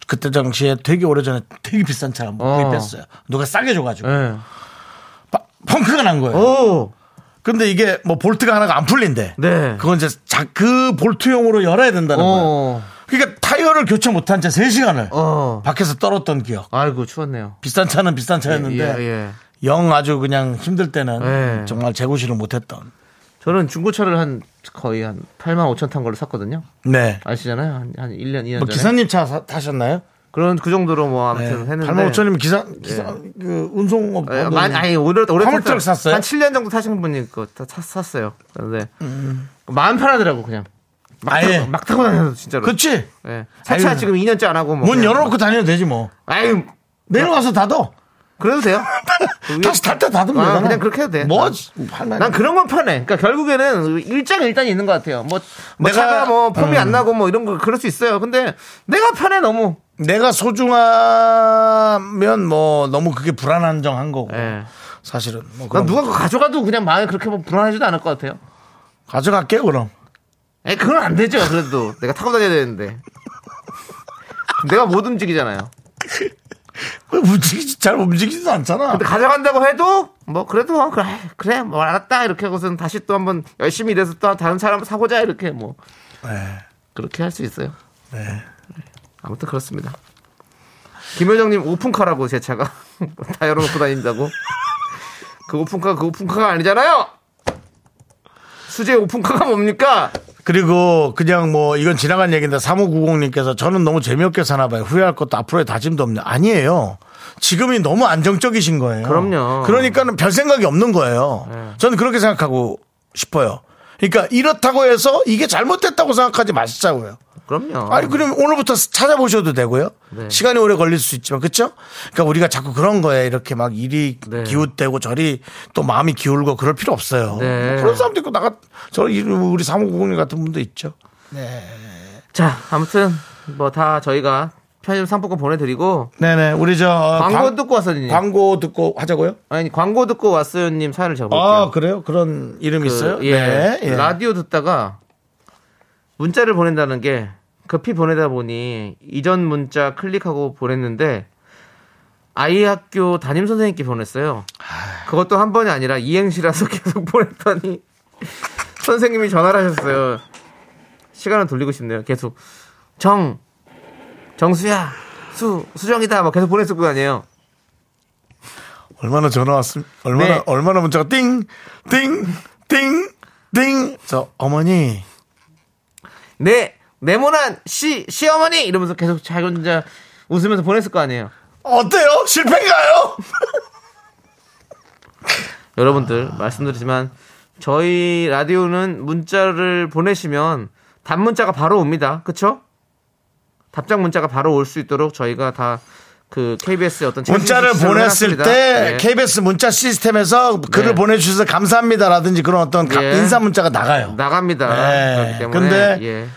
그때 당시에 되게 오래 전에 되게 비싼 차를 한번
어.
구입했어요. 누가 싸게 줘가지고
예.
바- 펑크가 난
어?
거예요.
오.
근데 이게 뭐 볼트가 하나가 안 풀린대.
네.
그건 이제 자, 그 볼트용으로 열어야 된다는 거예요.
어.
그러니까 타이어를 교체 못한 채 3시간을
어.
밖에서 떨었던 기억.
아이고 추웠네요.
비싼 차는 비싼 차였는데
예, 예.
영 아주 그냥 힘들 때는
예.
정말 재고시를 못했던.
저는 중고차를 한 거의 한 8만 5천 탄 걸로 샀거든요.
네.
아시잖아요. 한, 한 1년, 2년
뭐
전에.
기사님 차 사- 타셨나요?
그런 그 정도로 뭐
네.
아무튼 했는데.
8만 5천이면 기사, 기사 그 운송업.
예, 많이 아니 오래 오래
화물트럭 샀어요?
한 7년 정도 타신 분이 그다 샀어요. 그런데 마음 편하더라고 그냥. 막,
아예.
타고, 막 타고 다녀서 진짜로.
그치?
예. 세차
아유.
지금 2년째 안 하고 뭐.
문
그냥.
열어놓고 다녀도 되지 뭐.
아유
내려와서 닫어.
그래도 돼요.
다시 닫때 닫으면
아,
되잖아.
그냥 그렇게 해도 돼.
뭐,
난-
팔만-
난 그런 건 편해. 그러니까 결국에는 일장 일단이 있는 것 같아요. 뭐, 뭐
내가- 음.
차가 뭐 폼이 안 나고 뭐 이런 거 그럴 수 있어요. 근데 내가 편해 너무.
내가 소중하면 뭐 너무 그게 불안한정한 거고
예.
사실은 뭐
난
그럼
누가 그거 가져가도 그냥 마음이 그렇게 뭐 불안하지도 않을 것 같아요.
가져갈게 그럼
에 그건 안 되죠. 그래도 내가 타고 다녀야 되는데. 내가 못 움직이잖아요.
왜 움직이지 잘 움직이지도 않잖아
근데 가져간다고 해도 뭐 그래도 어, 그래 그래 뭐 알았다 이렇게 하고서는 다시 또 한번 열심히 일해서 또 다른 사람 사고자 이렇게 뭐
네.
그렇게 할 수 있어요.
네.
아무튼 그렇습니다. 김효정님 오픈카라고 제 차가 다 열어놓고 다닌다고. 그 오픈카 그 오픈카가 아니잖아요. 수제 오픈카가 뭡니까?
그리고 그냥 뭐 이건 지나간 얘기인데 3590님께서 저는 너무 재미없게 사나봐요 후회할 것도 앞으로의 다짐도 없냐 아니에요 지금이 너무 안정적이신 거예요
그럼요.
그러니까는 별 생각이 없는 거예요 저는 그렇게 생각하고 싶어요 그러니까 이렇다고 해서 이게 잘못됐다고 생각하지 마시자고요
그럼요.
아니 그럼 오늘부터 찾아보셔도 되고요.
네. 시간이
시간이 오래 걸릴 수 있지만 그렇죠? 그러니까 우리가 자꾸 그런 거에 이렇게 막 일이
네.
기웃대고 저리 또 마음이 기울고 그럴 필요 없어요.
네.
뭐 그런 사람도 있고 나가 저 우리 사무국님 같은 분도 있죠.
자 아무튼 뭐 다 저희가 편의점 상품권 보내드리고
네네 우리 저 어,
광고
광-
듣고 왔어요님.
광고 듣고 하자고요.
아니 광고 듣고 왔어요님 사연을 제가 볼게요.
아 그래요? 그런 이름 이
그렇죠. 그,
있어요?
예.
네, 예.
라디오 듣다가 문자를 보낸다는 게 급히 보내다 보니 이전 문자 클릭하고 보냈는데 아이 학교 담임 선생님께 보냈어요. 그것도 한 번이 아니라 이행시라서 계속 보냈더니 선생님이 전화를 하셨어요. 시간을 돌리고 싶네요. 계속 정 정수야 수 수정이다 막 계속 보냈을 거 아니에요.
얼마나 전화 왔음? 얼마나
네.
얼마나 문자가 띵띵띵띵저 어머니
네 네모난 시 시어머니 이러면서 계속 자기 혼자 웃으면서 보냈을 거 아니에요.
어때요? 실패인가요?
여러분들 말씀드리지만 저희 라디오는 문자를 보내시면 단문자가 바로 옵니다. 그쵸? 답장 문자가 바로 올 수 있도록 저희가 다 그 KBS의 어떤 채팅
문자를
시스템을
보냈을
해놨습니다.
때
예.
KBS 문자 시스템에서 글을
네.
보내주셔서 감사합니다라든지 그런 어떤 가-
예.
인사 문자가 나가요.
나갑니다.
네.
그렇기 때문에
근데
예.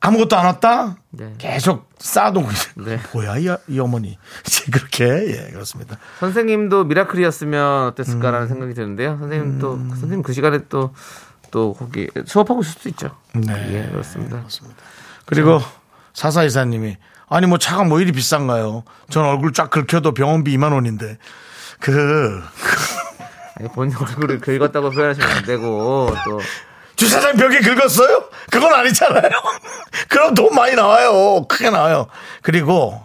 아무것도 안 왔다?
네.
계속 쌓아두고 있는
네.
뭐야 이, 아- 이 어머니 이제 그렇게 예 그렇습니다
선생님도 미라클이었으면 어땠을까라는
음.
생각이 드는데요. 선생님 또 선생님 그 시간에 또 또 거기 수업하고 있을 수도 있죠.
네.
예, 그렇습니다.
그리고 사사 이사님이 아니 뭐 차가 뭐 이리 비싼가요 전 얼굴 쫙 긁혀도 병원비 2만 원인데 그
아니, 본인 얼굴을 긁었다고 표현하시면 안 되고 또
주차장 벽에 긁었어요? 그건 아니잖아요. 그럼 돈 많이 나와요. 크게 나와요. 그리고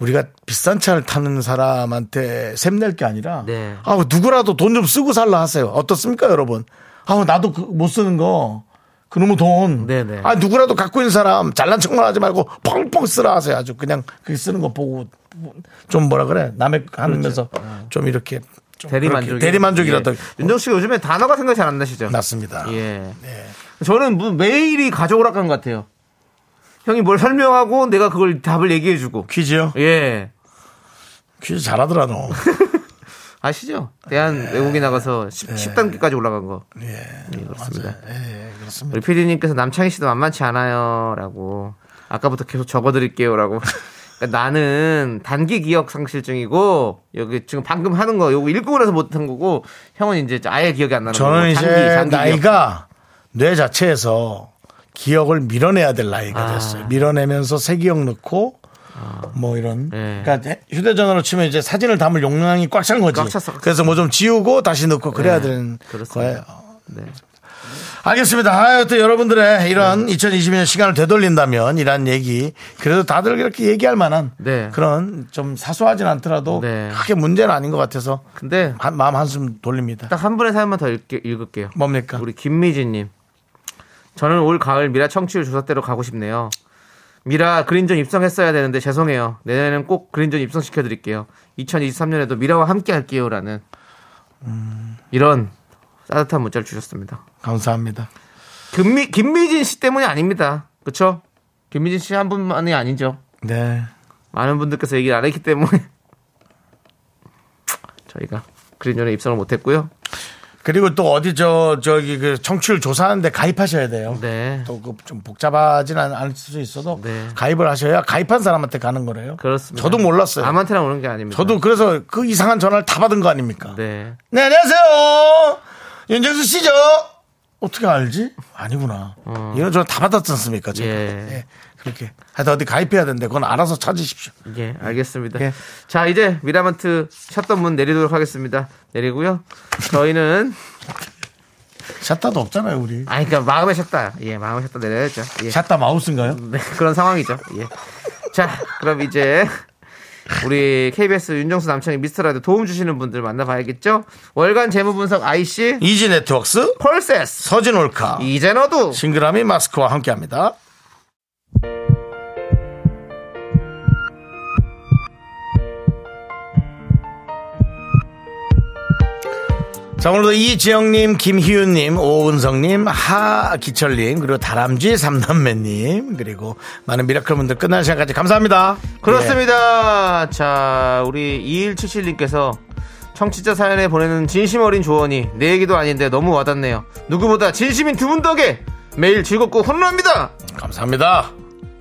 우리가 비싼 차를 타는 사람한테 셈낼 게 아니라
네.
아우 누구라도 돈 좀 쓰고 살라 하세요. 어떻습니까, 여러분? 아우 나도 그, 못 쓰는 거. 그놈의 돈.
네네.
아 누구라도 갖고 있는 사람 잘난 척만 하지 말고 펑펑 쓰라 하세요. 아주 그냥 그게 쓰는 거 보고 좀 뭐라 그래 남의 하면서 좀 이렇게 좀
그렇죠. 어. 대리만족
그렇게 대리만족이라도
예. 윤정 씨가 요즘에 단어가 생각이 잘 안 나시죠?
났습니다.
예.
네.
저는 뭐 매일이 가족오락관 같아요. 형이 뭘 설명하고 내가 그걸 답을 얘기해주고.
퀴즈요?
예.
퀴즈 잘하더라 너.
아시죠? 대한
네.
외국에 나가서 10, 10단계까지 올라간 거. 예. 네, 그렇습니다.
그렇습니다.
우리 PD님께서 남창희 씨도 만만치 않아요. 라고. 아까부터 계속 적어드릴게요. 라고. 그러니까 나는 단기 기억 상실증이고 여기 지금 방금 하는 거 요거 읽고 그래서 못한 거고 형은 이제 아예 기억이 안 나는 거고
저는 이제
단기 기억.
나이가 뇌 자체에서 기억을 밀어내야 될 나이가
아.
됐어요. 밀어내면서 새 기억 넣고 뭐 이런.
예.
그러니까 휴대전화로 치면 이제 사진을 담을 용량이 꽉 찬 거지.
꽉 찼어, 꽉
그래서 뭐 좀 지우고 다시 넣고 그래야
예,
되는
그렇습니다.
거예요.
네.
알겠습니다. 하여튼 여러분들의 이런
네.
2022년 시간을 되돌린다면 이란 얘기 그래도 다들 그렇게 얘기할 만한
네.
그런 좀 사소하진 않더라도
네.
크게 문제는 아닌 것 같아서
근데
한- 마음 한숨 돌립니다.
딱 한 분의 사연만 더 읽게, 읽을게요.
뭡니까?
우리 김미진님. 저는 올 가을 미라 청취율 조사대로 가고 싶네요. 미라 그린존 입성했어야 되는데 죄송해요. 내년에는 꼭 그린존 입성시켜드릴게요. 2023년에도 미라와 함께 할게요라는 이런 따뜻한 문자를 주셨습니다.
감사합니다.
김미, 김미진 씨 때문이 아닙니다. 그쵸? 김미진 씨 한 분만이 아니죠.
네.
많은 분들께서 얘기를 안 했기 때문에 저희가 그린존에 입성을 못했고요.
그리고 또 어디 저 저기 그 청취율 조사하는데 가입하셔야 돼요.
네.
또 그 좀 복잡하진 않- 않을 수 있어도
네.
가입을 하셔야 가입한 사람한테 가는 거래요.
그렇습니다.
저도 몰랐어요.
아무한테나 오는 게 아닙니다.
저도 그래서 그 이상한 전화를 다 받은 거 아닙니까? 네,
네.
안녕하세요. 윤정수 씨죠? 어떻게 알지? 아니구나. 이런 전화 다 받았지 않습니까? 제가.
어. 예.
예, 그렇게. 하여튼 어디 가입해야 되는데 그건 알아서 찾으십시오.
예, 알겠습니다.
예.
자, 이제 미라마트 샷던 문 내리도록 하겠습니다. 내리고요. 저희는
샷다도 없잖아요, 우리.
아 그러니까 마음의 샷다. 예, 마음의 샷다 내려야죠. 예.
샷다 마우스인가요?
네, 그런 상황이죠. 예. 자, 그럼 이제 우리 KBS 윤정수 남창희 미스터라도 도움 주시는 분들 만나봐야겠죠? 월간 재무 분석 IC
이지 네트웍스
펄세스
서진 올카
이제 너도
싱그라미 마스크와 함께합니다. 자 오늘도 이지영님, 김희윤님, 오은성님, 하기철님 그리고 다람쥐 삼남매님 그리고 많은 미라클 분들 끝날 시간까지 감사합니다.
그렇습니다. 자, 우리 2177님께서 청취자 사연에 보내는 진심 어린 조언이 내 얘기도 아닌데 너무 와닿네요. 누구보다 진심인 두 분 덕에 매일 즐겁고 훈훈합니다.
예, 감사합니다.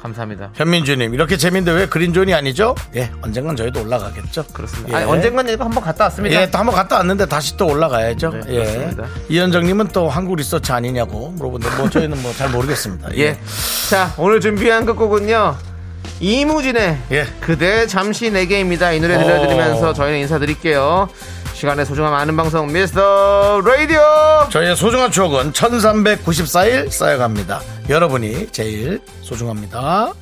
감사합니다.
현민주님 이렇게 재밌는데 왜 그린존이 아니죠? 예 언젠간 저희도 올라가겠죠.
그렇습니다.
예.
아니, 언젠간 이거 한번 갔다 왔습니다.
예, 또 한번 갔다 왔는데 다시 또 올라가야죠.
네,
예.
그렇습니다.
이현정님은 또 한국 리서치 아니냐고 물어보는데 뭐 저희는 뭐 잘 모르겠습니다.
예. 자, 오늘 준비한 끝곡은요. 이무진의
예.
그대 잠시 내게입니다. 이 노래 들려드리면서
어.
저희는 인사드릴게요. 시간의 소중함 아는 방송 미스터 라디오.
저희의 소중한 추억은 1394일 쌓여갑니다. 여러분이 제일 소중합니다.